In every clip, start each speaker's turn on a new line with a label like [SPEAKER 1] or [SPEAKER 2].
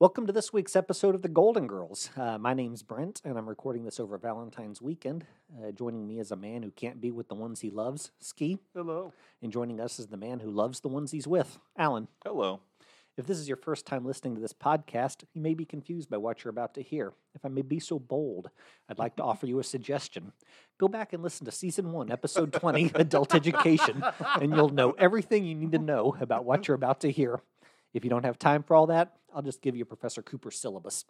[SPEAKER 1] Welcome to this week's episode of The Golden Girls. Uh, my name's Brent, and I'm recording this over Valentine's weekend. Uh, joining me is a man who can't be with the ones he loves, Ski,
[SPEAKER 2] Hello.
[SPEAKER 1] and joining us is the man who loves the ones he's with, Alan.
[SPEAKER 2] Hello.
[SPEAKER 1] If this is your first time listening to this podcast, you may be confused by what you're about to hear. If I may be so bold, I'd like to offer you a suggestion. Go back and listen to season one, episode 20, Adult Education, and you'll know everything you need to know about what you're about to hear. If you don't have time for all that, I'll just give you Professor Cooper's syllabus.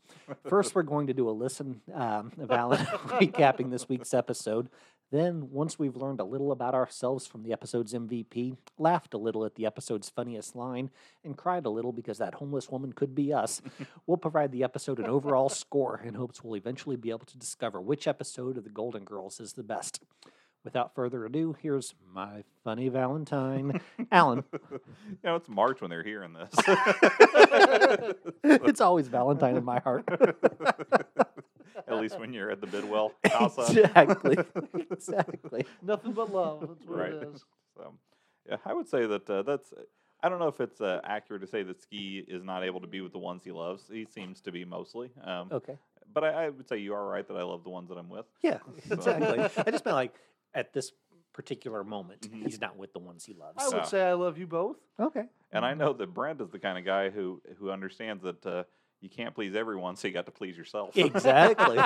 [SPEAKER 1] First, we're going to do a listen um, of Alan recapping this week's episode. Then, once we've learned a little about ourselves from the episode's MVP, laughed a little at the episode's funniest line, and cried a little because that homeless woman could be us, we'll provide the episode an overall score in hopes we'll eventually be able to discover which episode of The Golden Girls is the best. Without further ado, here's my funny Valentine. Alan,
[SPEAKER 2] You know, it's March when they're hearing this.
[SPEAKER 1] it's always Valentine in my heart.
[SPEAKER 2] At least when you're at the Bidwell house.
[SPEAKER 1] exactly. Exactly.
[SPEAKER 3] Nothing but love. That's what
[SPEAKER 2] Right.
[SPEAKER 3] it is.
[SPEAKER 2] So, yeah, I would say that uh, that's. I don't know if it's uh, accurate to say that Ski is not able to be with the ones he loves. He seems to be mostly. Um,
[SPEAKER 3] Oh.
[SPEAKER 1] Okay.
[SPEAKER 2] But I, I would say you are right that I love the ones that I'm with.
[SPEAKER 1] Yeah,
[SPEAKER 2] So-
[SPEAKER 1] exactly. I just meant like at this particular moment,
[SPEAKER 2] Mhm.
[SPEAKER 1] he's not with the ones he loves.
[SPEAKER 3] I
[SPEAKER 2] So-
[SPEAKER 3] would say I love you both.
[SPEAKER 1] Okay.
[SPEAKER 3] Mm-hmm.
[SPEAKER 2] And I know that Brent is the kind of guy who who understands that uh, you can't please everyone, so you got to please yourself.
[SPEAKER 1] Exactly.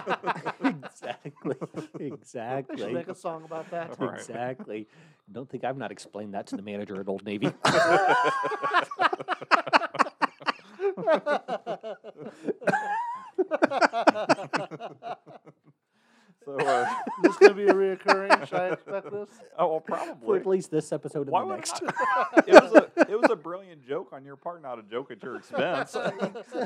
[SPEAKER 1] exactly.
[SPEAKER 3] They should
[SPEAKER 1] Exactly.
[SPEAKER 3] make a song about that.
[SPEAKER 2] All right.
[SPEAKER 1] Exactly. Don't think I've not explained that to the manager at Old Navy.
[SPEAKER 2] so, uh,
[SPEAKER 3] this going to be a reoccurring. Should I expect this?
[SPEAKER 2] oh, well,
[SPEAKER 1] For at
[SPEAKER 2] probably.
[SPEAKER 1] least this episode and
[SPEAKER 2] Why
[SPEAKER 1] the
[SPEAKER 2] would
[SPEAKER 1] next.
[SPEAKER 2] I- it was a it was a brilliant joke on your part, not a joke at your expense.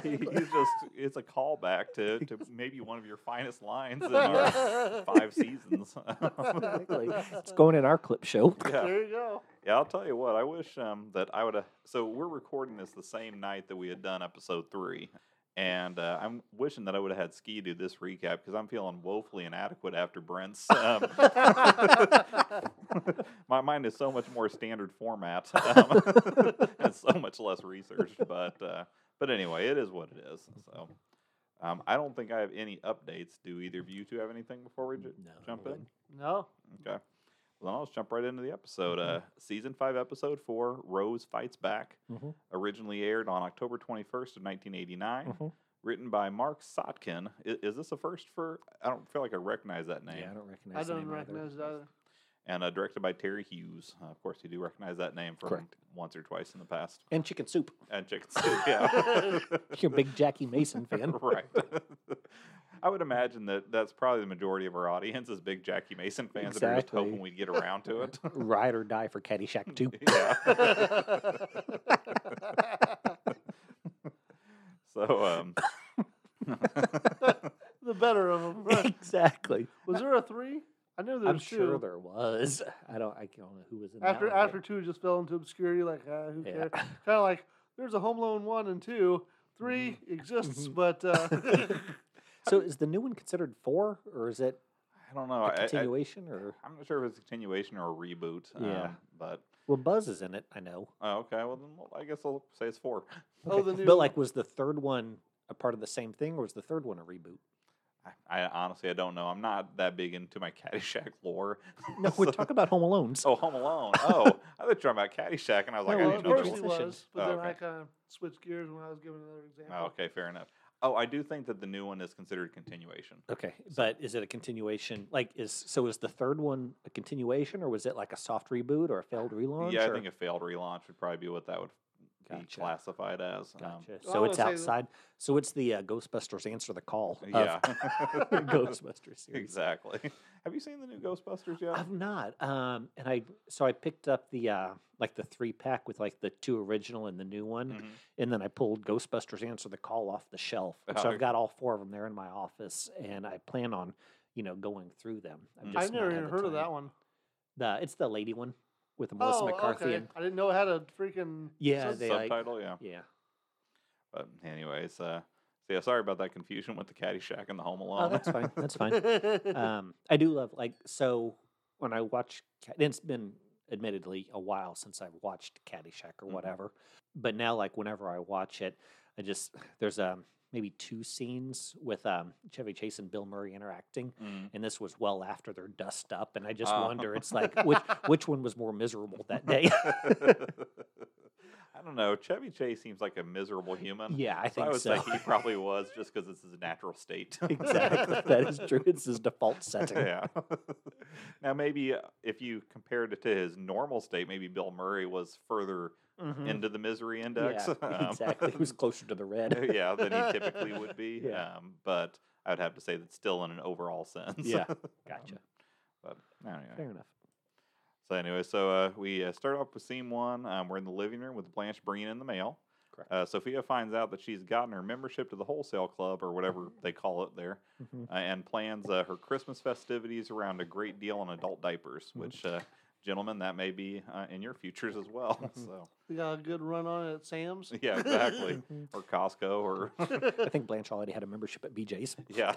[SPEAKER 2] He- He's just it's a callback to, to maybe one of your finest lines in our five seasons.
[SPEAKER 1] Exactly. It's going in our clip show.
[SPEAKER 2] yeah.
[SPEAKER 3] There you go.
[SPEAKER 2] yeah, I'll tell you what. I wish um, that I would have. So we're recording this the same night that we had done episode three, and uh, I'm wishing that I would have had Ski do this recap because I'm feeling woefully inadequate after Brent's. Um, my mind is so much more standard format um, and so much less research. But uh, but anyway, it is what it is. So um, I don't think I have any updates. Do either of you two have anything before we ju- jump in?
[SPEAKER 3] No.
[SPEAKER 2] Okay. Well, then I'll just jump right into the episode.
[SPEAKER 1] Mm-hmm.
[SPEAKER 2] Uh, season five, episode four, Rose Fights Back.
[SPEAKER 1] Mhm.
[SPEAKER 2] Originally aired on October 21st of 1989.
[SPEAKER 1] Mhm.
[SPEAKER 2] Written by Mark Sotkin. Is, is this a first for? I don't feel like I recognize that name.
[SPEAKER 1] Yeah, I don't
[SPEAKER 3] I
[SPEAKER 1] recognize. the
[SPEAKER 3] don't
[SPEAKER 1] name either.
[SPEAKER 3] recognize it either.
[SPEAKER 2] and uh, directed by Terry Hughes. Uh, of course, you do recognize that name from
[SPEAKER 1] Correct.
[SPEAKER 2] once or twice in the past.
[SPEAKER 1] And chicken soup.
[SPEAKER 2] And Chicken Soup, yeah.
[SPEAKER 1] You're a big Jackie Mason fan.
[SPEAKER 2] right. I would imagine that that's probably the majority of our audience is big Jackie Mason fans that are just
[SPEAKER 1] Exactly.
[SPEAKER 2] hoping we'd get around to it.
[SPEAKER 1] Ride or die for Caddyshack 2.
[SPEAKER 2] yeah. So, um,
[SPEAKER 3] the better of them. Right.
[SPEAKER 1] exactly.
[SPEAKER 3] Was there a three? I knew there was
[SPEAKER 1] I'm
[SPEAKER 3] two.
[SPEAKER 1] sure there was. I don't. I don't know who was in
[SPEAKER 3] After
[SPEAKER 1] that one,
[SPEAKER 3] after two just fell into obscurity, like uh, who
[SPEAKER 1] Yeah.
[SPEAKER 3] cares? Kind of like there's a Home Loan one and two, three exists,
[SPEAKER 1] Mhm.
[SPEAKER 3] but uh,
[SPEAKER 1] but- So is the new one considered four, or is it
[SPEAKER 2] I don't know.
[SPEAKER 1] a
[SPEAKER 2] Oh, I, I,
[SPEAKER 1] continuation? or
[SPEAKER 2] am not sure if it's a continuation or a reboot.
[SPEAKER 1] Yeah.
[SPEAKER 2] Um, but,
[SPEAKER 1] well, Buzz is in it. I know.
[SPEAKER 2] oh, okay, well, then well, I guess I'll say it's four.
[SPEAKER 3] Oh, the new-
[SPEAKER 1] But like, was the third one a part of the same thing, or was the third one a reboot?
[SPEAKER 2] I, I honestly, I don't know. I'm not that big into my Caddyshack lore.
[SPEAKER 1] No, we're
[SPEAKER 2] so-
[SPEAKER 1] talking about Home Alone's.
[SPEAKER 2] Oh, Home Alone. Oh, I thought you were talking about Caddyshack, and I was like,
[SPEAKER 1] No,
[SPEAKER 2] I
[SPEAKER 3] well,
[SPEAKER 1] of
[SPEAKER 3] at
[SPEAKER 2] didn't know. that
[SPEAKER 3] first
[SPEAKER 1] course
[SPEAKER 2] was-
[SPEAKER 3] it
[SPEAKER 1] Transition. Ah,
[SPEAKER 3] was, but
[SPEAKER 2] Oh,
[SPEAKER 3] then
[SPEAKER 2] okay.
[SPEAKER 3] I kind of switched gears when I was giving another example.
[SPEAKER 2] Oh, okay, fair enough. Oh, I do think that the new one is considered continuation.
[SPEAKER 1] Okay, but is it a continuation? Like, is so is the third one a continuation, or was it like a soft reboot or a failed relaunch?
[SPEAKER 2] yeah, I
[SPEAKER 1] or-
[SPEAKER 2] think a failed relaunch would probably be what that would be
[SPEAKER 1] Gotcha.
[SPEAKER 2] classified as. um,
[SPEAKER 1] Gotcha. so
[SPEAKER 3] Well, I
[SPEAKER 1] it's
[SPEAKER 3] would say that-
[SPEAKER 1] outside. So it's the uh, Ghostbusters Answer the Call. of
[SPEAKER 2] yeah,
[SPEAKER 1] the Ghostbusters series.
[SPEAKER 2] exactly. Have you seen the new Ghostbusters yet?
[SPEAKER 1] I've not. Um, and I so I picked up the uh, like the three pack with like the two original and the new one,
[SPEAKER 3] Mm-hmm.
[SPEAKER 2] Mhm.
[SPEAKER 1] and then I pulled Ghostbusters Answer the Call off the shelf. And so
[SPEAKER 2] Oh,
[SPEAKER 1] I've got all four of them there in my office, and I plan on you know going through them.
[SPEAKER 2] Mm.
[SPEAKER 3] I've
[SPEAKER 1] just not
[SPEAKER 3] never
[SPEAKER 1] had
[SPEAKER 3] even
[SPEAKER 1] the
[SPEAKER 3] heard of that
[SPEAKER 1] time.
[SPEAKER 3] one.
[SPEAKER 1] The, it's the lady one with Melissa
[SPEAKER 3] oh,
[SPEAKER 1] McCarthy.
[SPEAKER 3] okay.
[SPEAKER 1] And,
[SPEAKER 3] I didn't know it had a freaking
[SPEAKER 1] yeah,
[SPEAKER 3] sub-
[SPEAKER 1] they like
[SPEAKER 2] Subtitle, yeah.
[SPEAKER 1] yeah.
[SPEAKER 2] But anyways, uh, so yeah, sorry about that confusion with the Caddyshack and the Home Alone.
[SPEAKER 1] Oh, that's fine. That's fine. um, I do love like so when I watch. Ca- It's been admittedly a while since I've watched Caddyshack or
[SPEAKER 2] Mhm.
[SPEAKER 1] whatever, but now like whenever I watch it, I just there's um maybe two scenes with um Chevy Chase and Bill Murray interacting,
[SPEAKER 2] Mm.
[SPEAKER 1] and this was well after they're dust up, and I just
[SPEAKER 2] Oh.
[SPEAKER 1] wonder it's like which which one was more miserable that day.
[SPEAKER 2] I don't know. Chevy Chase seems like a miserable human.
[SPEAKER 1] yeah, I
[SPEAKER 2] Um, So I
[SPEAKER 1] think
[SPEAKER 2] would
[SPEAKER 1] so.
[SPEAKER 2] say he probably was just because it's his natural state.
[SPEAKER 1] exactly, that is true. It's his default setting.
[SPEAKER 2] yeah. now maybe uh, if you compared it to his normal state, maybe Bill Murray was further
[SPEAKER 1] Mhm.
[SPEAKER 2] into the misery index.
[SPEAKER 1] Yeah,
[SPEAKER 2] um,
[SPEAKER 1] exactly. It was closer to the red.
[SPEAKER 2] yeah, than he typically would be.
[SPEAKER 1] Yeah.
[SPEAKER 2] Um, but I would have to say that still in an overall sense.
[SPEAKER 1] Yeah, Gotcha.
[SPEAKER 2] but anyway.
[SPEAKER 1] Fair enough.
[SPEAKER 2] So anyway, so uh, we uh, start off with scene one. Um, we're in the living room with Blanche bringing in the mail.
[SPEAKER 1] Correct.
[SPEAKER 2] Uh, Sophia finds out that she's gotten her membership to the wholesale club or whatever
[SPEAKER 1] Mm-hmm.
[SPEAKER 2] they call it there,
[SPEAKER 1] Mhm.
[SPEAKER 2] uh, and plans uh, her Christmas festivities around a great deal on adult diapers. Which, uh, gentlemen, that may be uh, in your futures as well. So
[SPEAKER 3] We got a good run on it at Sam's.
[SPEAKER 2] yeah, exactly.
[SPEAKER 1] Mhm.
[SPEAKER 2] or Costco, or
[SPEAKER 1] I think Blanche already had a membership at BJ's.
[SPEAKER 2] yeah.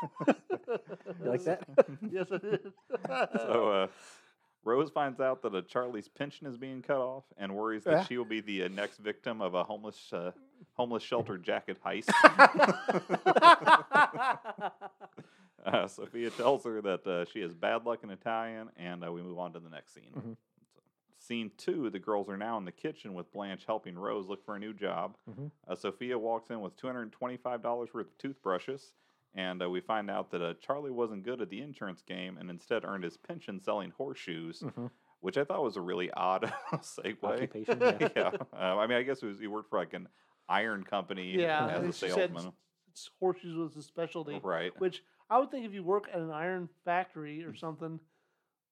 [SPEAKER 1] You
[SPEAKER 3] Oh,
[SPEAKER 1] like that?
[SPEAKER 3] yes, I did.
[SPEAKER 2] so uh, Rose finds out that uh, Charlie's pension is being cut off and worries that
[SPEAKER 1] Yeah.
[SPEAKER 2] she will be the uh, next victim of a homeless uh, homeless shelter jacket heist. uh, Sophia tells her that uh, she has bad luck in Italian, and uh, we move on to the next scene.
[SPEAKER 1] Mhm.
[SPEAKER 2] Scene two, the girls are now in the kitchen with Blanche helping Rose look for a new job.
[SPEAKER 1] Mhm.
[SPEAKER 2] Uh, Sophia walks in with $225 worth of toothbrushes, and uh, we find out that uh, Charlie wasn't good at the insurance game and instead earned his pension selling horseshoes,
[SPEAKER 1] Mhm.
[SPEAKER 2] which I thought was a really odd segue.
[SPEAKER 1] Occupation. Yeah.
[SPEAKER 2] yeah, um, I mean, I guess it was, he worked for like an iron company
[SPEAKER 3] Yeah,
[SPEAKER 2] as
[SPEAKER 3] and
[SPEAKER 2] a
[SPEAKER 3] she said
[SPEAKER 2] salesman,
[SPEAKER 3] s- Horseshoes was the specialty,
[SPEAKER 2] right?
[SPEAKER 3] which I would think if you work at an iron factory
[SPEAKER 2] Mm.
[SPEAKER 3] or something,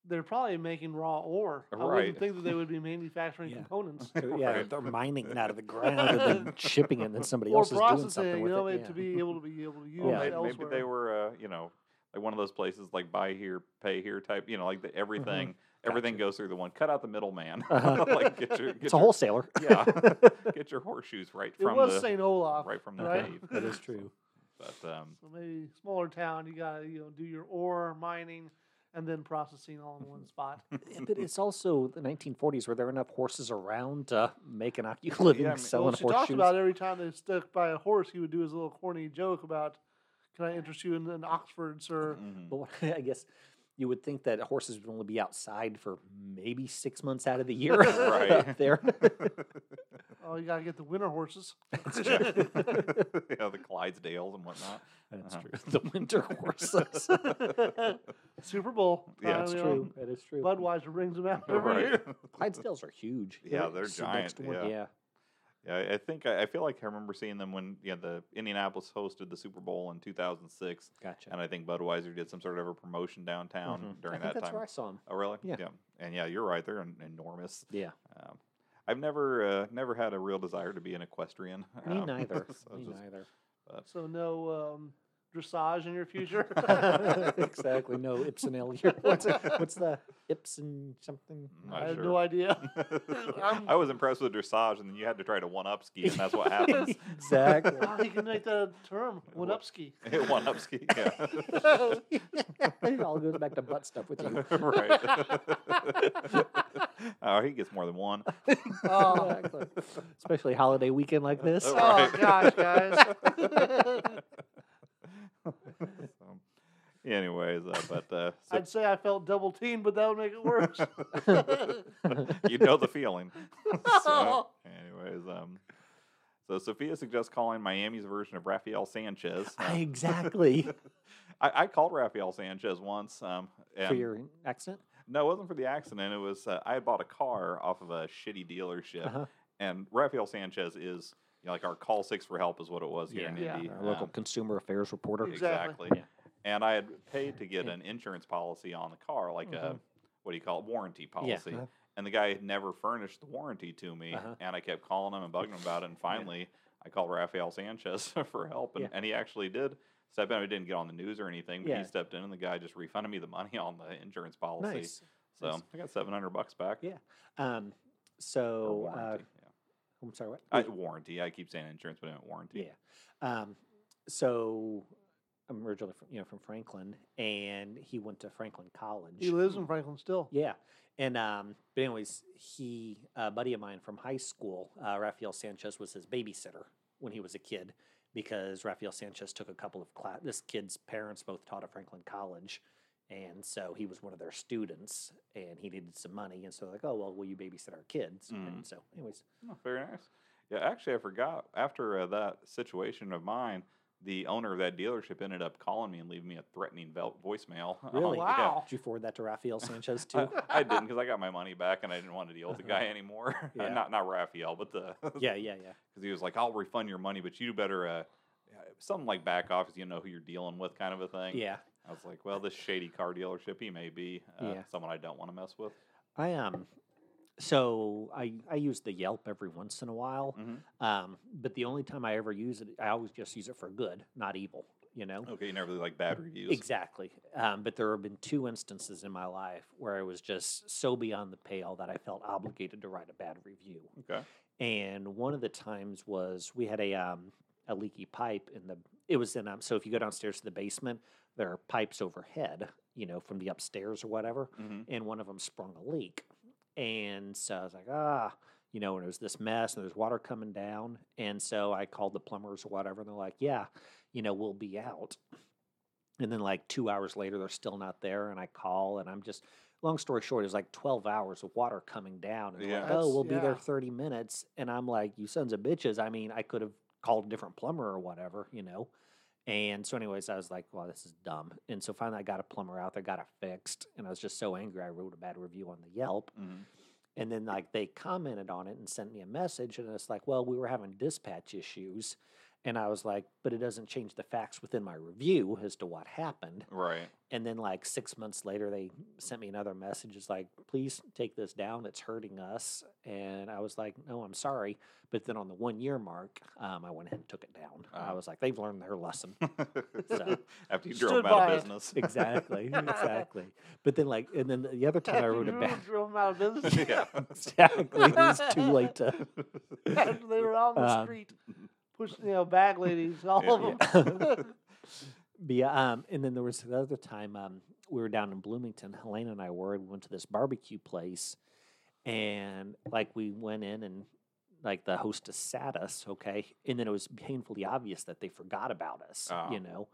[SPEAKER 3] they're probably making raw ore. I
[SPEAKER 2] Right.
[SPEAKER 3] wouldn't think that they would be manufacturing
[SPEAKER 1] Yeah.
[SPEAKER 3] components
[SPEAKER 1] They're- yeah,
[SPEAKER 2] Right.
[SPEAKER 1] they're mining it out of the ground and then shipping it, and then somebody
[SPEAKER 3] or
[SPEAKER 1] else is doing something
[SPEAKER 3] processing, you
[SPEAKER 1] with
[SPEAKER 3] know,
[SPEAKER 1] it.
[SPEAKER 3] it
[SPEAKER 1] yeah.
[SPEAKER 3] to be able to be able to use
[SPEAKER 2] Well,
[SPEAKER 1] Yeah.
[SPEAKER 2] may-
[SPEAKER 3] elsewhere.
[SPEAKER 2] maybe, they were, uh, you know, like one of those places like buy here, pay here type. You know, like
[SPEAKER 1] Mm-hmm.
[SPEAKER 2] the, everything, everything goes through the one. Cut out the middleman.
[SPEAKER 1] Uh-huh.
[SPEAKER 2] like get your, get
[SPEAKER 1] it's a
[SPEAKER 2] your,
[SPEAKER 1] wholesaler.
[SPEAKER 2] yeah, get your horseshoes right
[SPEAKER 3] It
[SPEAKER 2] from
[SPEAKER 3] was
[SPEAKER 2] the
[SPEAKER 3] St. Olaf,
[SPEAKER 2] right from the
[SPEAKER 3] right?
[SPEAKER 2] cave.
[SPEAKER 1] Uh-huh. that is true.
[SPEAKER 2] But um,
[SPEAKER 3] So maybe smaller town, you gotta you know do your ore mining and then processing all in
[SPEAKER 1] Mm-hmm.
[SPEAKER 3] one spot.
[SPEAKER 1] Yeah, but it's also the 1940s. Were there enough horses around to make an occu living
[SPEAKER 2] I mean-
[SPEAKER 1] selling
[SPEAKER 3] well, she talked
[SPEAKER 1] horseshoes?
[SPEAKER 3] about every time they stuck by a horse, he would do his little corny joke about, "Can I interest you in an Oxford, sir?"
[SPEAKER 2] mhm.
[SPEAKER 1] But what, I guess you would think that horses would only be outside for maybe six months out of the year
[SPEAKER 2] Right.
[SPEAKER 1] up there.
[SPEAKER 3] Oh, you gotta get the winter horses.
[SPEAKER 2] yeah, the Clydesdales and whatnot.
[SPEAKER 1] That's
[SPEAKER 2] Uh-huh.
[SPEAKER 1] true. The winter horses.
[SPEAKER 3] Super Bowl.
[SPEAKER 2] Yeah,
[SPEAKER 3] time,
[SPEAKER 2] it's
[SPEAKER 3] you know,
[SPEAKER 1] true. That is true.
[SPEAKER 3] Budweiser brings them out every
[SPEAKER 2] Right.
[SPEAKER 3] year.
[SPEAKER 1] Clydesdales are huge.
[SPEAKER 2] Yeah, they're
[SPEAKER 1] it's the next
[SPEAKER 2] giant,
[SPEAKER 1] one,
[SPEAKER 2] yeah. Yeah, I- I think I, I feel like I remember seeing them when you know, the Indianapolis hosted the Super Bowl in 2006,
[SPEAKER 1] Gotcha.
[SPEAKER 2] and I think Budweiser did some sort of a promotion downtown
[SPEAKER 1] Mhm.
[SPEAKER 2] during
[SPEAKER 1] I think
[SPEAKER 2] that
[SPEAKER 1] that's
[SPEAKER 2] time.
[SPEAKER 1] where I saw them.
[SPEAKER 2] Oh, really?
[SPEAKER 1] Yeah.
[SPEAKER 2] And yeah, you're right. They're en- enormous.
[SPEAKER 1] Yeah.
[SPEAKER 2] Um, I've never uh, never had a real desire to be an equestrian.
[SPEAKER 1] Me
[SPEAKER 2] um,
[SPEAKER 1] neither.
[SPEAKER 2] so
[SPEAKER 1] Me
[SPEAKER 2] just-
[SPEAKER 1] neither.
[SPEAKER 3] So no um, dressage in your future.
[SPEAKER 1] exactly. No Ibsen L here. What's, it- what's the Ibsen something?
[SPEAKER 2] Mm,
[SPEAKER 1] Uh,
[SPEAKER 3] I have
[SPEAKER 2] sure.
[SPEAKER 3] no idea. I'm-
[SPEAKER 2] I was impressed with dressage, and then you had to try to one up ski, and that's what happens.
[SPEAKER 1] exactly.
[SPEAKER 3] Wow, he can make that a term.
[SPEAKER 2] What?
[SPEAKER 3] Winupski.
[SPEAKER 2] one up ski, yeah,
[SPEAKER 3] Oh,
[SPEAKER 1] it all goes back to butt stuff with you.
[SPEAKER 2] right. oh, he gets more than one.
[SPEAKER 3] Oh,
[SPEAKER 1] Exactly. Especially holiday weekend like this.
[SPEAKER 3] oh
[SPEAKER 2] Oh, Right.
[SPEAKER 3] gosh, guys.
[SPEAKER 2] So, anyways, uh, but uh, so
[SPEAKER 3] I'd say I felt double teamed, but that would make it worse.
[SPEAKER 2] you know the feeling. so,
[SPEAKER 3] Oh.
[SPEAKER 2] anyways, um, so Sophia suggests calling Miami's version of Rafael Sanchez.
[SPEAKER 1] Ah,
[SPEAKER 2] Um,
[SPEAKER 1] Exactly.
[SPEAKER 2] I, I called Rafael Sanchez once. Um,
[SPEAKER 1] For
[SPEAKER 2] and-
[SPEAKER 1] your accent?
[SPEAKER 2] no, it wasn't for the accident. It was uh, I had bought a car off of a shitty dealership,
[SPEAKER 1] Uh-huh.
[SPEAKER 2] and Rafael Sanchez is you know, like our call six for help is what it was here in
[SPEAKER 3] Yeah.
[SPEAKER 2] Indy.
[SPEAKER 1] Our local
[SPEAKER 2] um,
[SPEAKER 1] consumer affairs reporter.
[SPEAKER 3] Exactly.
[SPEAKER 1] Yeah.
[SPEAKER 2] And I had paid to get
[SPEAKER 1] Yeah. Mm-hmm.
[SPEAKER 2] an insurance policy on the car, like a what do you call it, warranty policy.
[SPEAKER 1] Uh-huh.
[SPEAKER 2] And the guy had never furnished the warranty to me,
[SPEAKER 1] Uh-huh.
[SPEAKER 2] and I kept calling him and bugging him about it. And finally, I called Rafael Sanchez for help, and,
[SPEAKER 1] Yeah.
[SPEAKER 2] and he actually did step in. We didn't get on the news or anything, but
[SPEAKER 1] Yeah.
[SPEAKER 2] he stepped in, and the guy just refunded me the money on the insurance policy.
[SPEAKER 1] Nice.
[SPEAKER 2] So
[SPEAKER 1] Nice.
[SPEAKER 2] I got seven hundred bucks back.
[SPEAKER 1] Yeah. Um,
[SPEAKER 2] for
[SPEAKER 1] so, uh,
[SPEAKER 2] warranty.
[SPEAKER 1] I'm sorry, what?
[SPEAKER 2] yeah. I, warranty. I keep saying insurance, but I meant warranty.
[SPEAKER 1] Yeah. Um, so I'm originally from, you know from Franklin, and he went to Franklin College.
[SPEAKER 3] He lives in Franklin still.
[SPEAKER 1] Yeah. And um, but anyways, he a buddy of mine from high school, uh, Rafael Sanchez was his babysitter when he was a kid because Rafael Sanchez took a couple of class. This kid's parents both taught at Franklin College, and so he was one of their students, and he needed some money, and so like, oh well, will you babysit our kids?
[SPEAKER 3] Mm.
[SPEAKER 2] Mhm.
[SPEAKER 1] And so, anyways,
[SPEAKER 2] Oh, very nice. Yeah, actually, I forgot after uh, that situation of mine, the owner of that dealership ended up calling me and leaving me a threatening vel- voicemail. Oh,
[SPEAKER 1] Really?
[SPEAKER 2] yeah.
[SPEAKER 3] Oh, Wow.
[SPEAKER 1] did you forward that to Rafael Sanchez too?
[SPEAKER 2] I, I didn't because I got my money back and I didn't want to deal with the guy anymore.
[SPEAKER 1] Yeah.
[SPEAKER 2] not not Raphael, but the because
[SPEAKER 1] yeah, yeah, yeah.
[SPEAKER 2] he was like, "I'll refund your money, but you better uh, something like back off, 'cause you know who you're dealing with, kind of a thing."
[SPEAKER 1] Yeah.
[SPEAKER 2] I was like, "Well, this shady car dealership, he may be uh,
[SPEAKER 1] Yeah.
[SPEAKER 2] someone I don't want to mess with."
[SPEAKER 1] I um so I I use the Yelp every once in a while.
[SPEAKER 2] Mhm.
[SPEAKER 1] Um, but the only time I ever use it, I always just use it for good, not evil, you know?
[SPEAKER 2] Okay, you never really like bad reviews.
[SPEAKER 1] Exactly. Um, but there have been two instances in my life where I was just so beyond the pale that I felt obligated to write a bad review.
[SPEAKER 2] Okay.
[SPEAKER 1] And one of the times was we had a um, a leaky pipe in the it was in um so if you go downstairs to the basement, there are pipes overhead, you know, from the upstairs or whatever
[SPEAKER 2] hmm
[SPEAKER 1] and one of them sprung a leak. And so I was like, ah, you know, and it was this mess and there's water coming down. And so I called the plumbers or whatever, and they're like, yeah, you know, we'll be out. And then like two hours later, they're still not there. And I call and I'm just, long story short, it was like 12 hours of water coming down. And they're like,
[SPEAKER 2] Yeah.
[SPEAKER 1] oh,
[SPEAKER 3] That's-
[SPEAKER 1] we'll be there
[SPEAKER 3] yeah.
[SPEAKER 1] 30 minutes. And I'm like, you sons of bitches. I mean, I could have called a different plumber or whatever, you know. And so, anyways, I was like, "Well, this is dumb." And so finally, I got a plumber out there, got it fixed, and I was just so angry, I wrote a bad review on the Yelp.
[SPEAKER 2] hmm
[SPEAKER 1] And then, like, they commented on it and sent me a message, and it's like, "Well, we were having dispatch issues," and I was like, "But it doesn't change the facts within my review as to what happened."
[SPEAKER 2] Right.
[SPEAKER 1] And then, like, six months later, they sent me another message. It's like, please take this down. It's hurting us. And I was like, no, I'm sorry. But then on the one year mark, um, I went ahead and took it down. I
[SPEAKER 2] Ah.
[SPEAKER 1] was like, they've learned their lesson.
[SPEAKER 2] After you
[SPEAKER 3] Stood
[SPEAKER 2] drove out
[SPEAKER 3] by it.
[SPEAKER 2] of business.
[SPEAKER 1] Exactly, exactly. But then, like, and then the other time I wrote a
[SPEAKER 3] You
[SPEAKER 1] bad.
[SPEAKER 3] drove them out of business
[SPEAKER 2] yeah.
[SPEAKER 1] Exactly, it was too late to.
[SPEAKER 3] after they were on the
[SPEAKER 1] Um,
[SPEAKER 3] street pushing, you know, bag ladies, all of them.
[SPEAKER 1] Yeah. But yeah, um, and then there was the other time um, we were down in Bloomington. Helena and I were, and we went to this barbecue place, and like we went in and like the hostess sat us, okay, and then it was painfully obvious that they forgot about us,
[SPEAKER 2] Ah.
[SPEAKER 1] you know,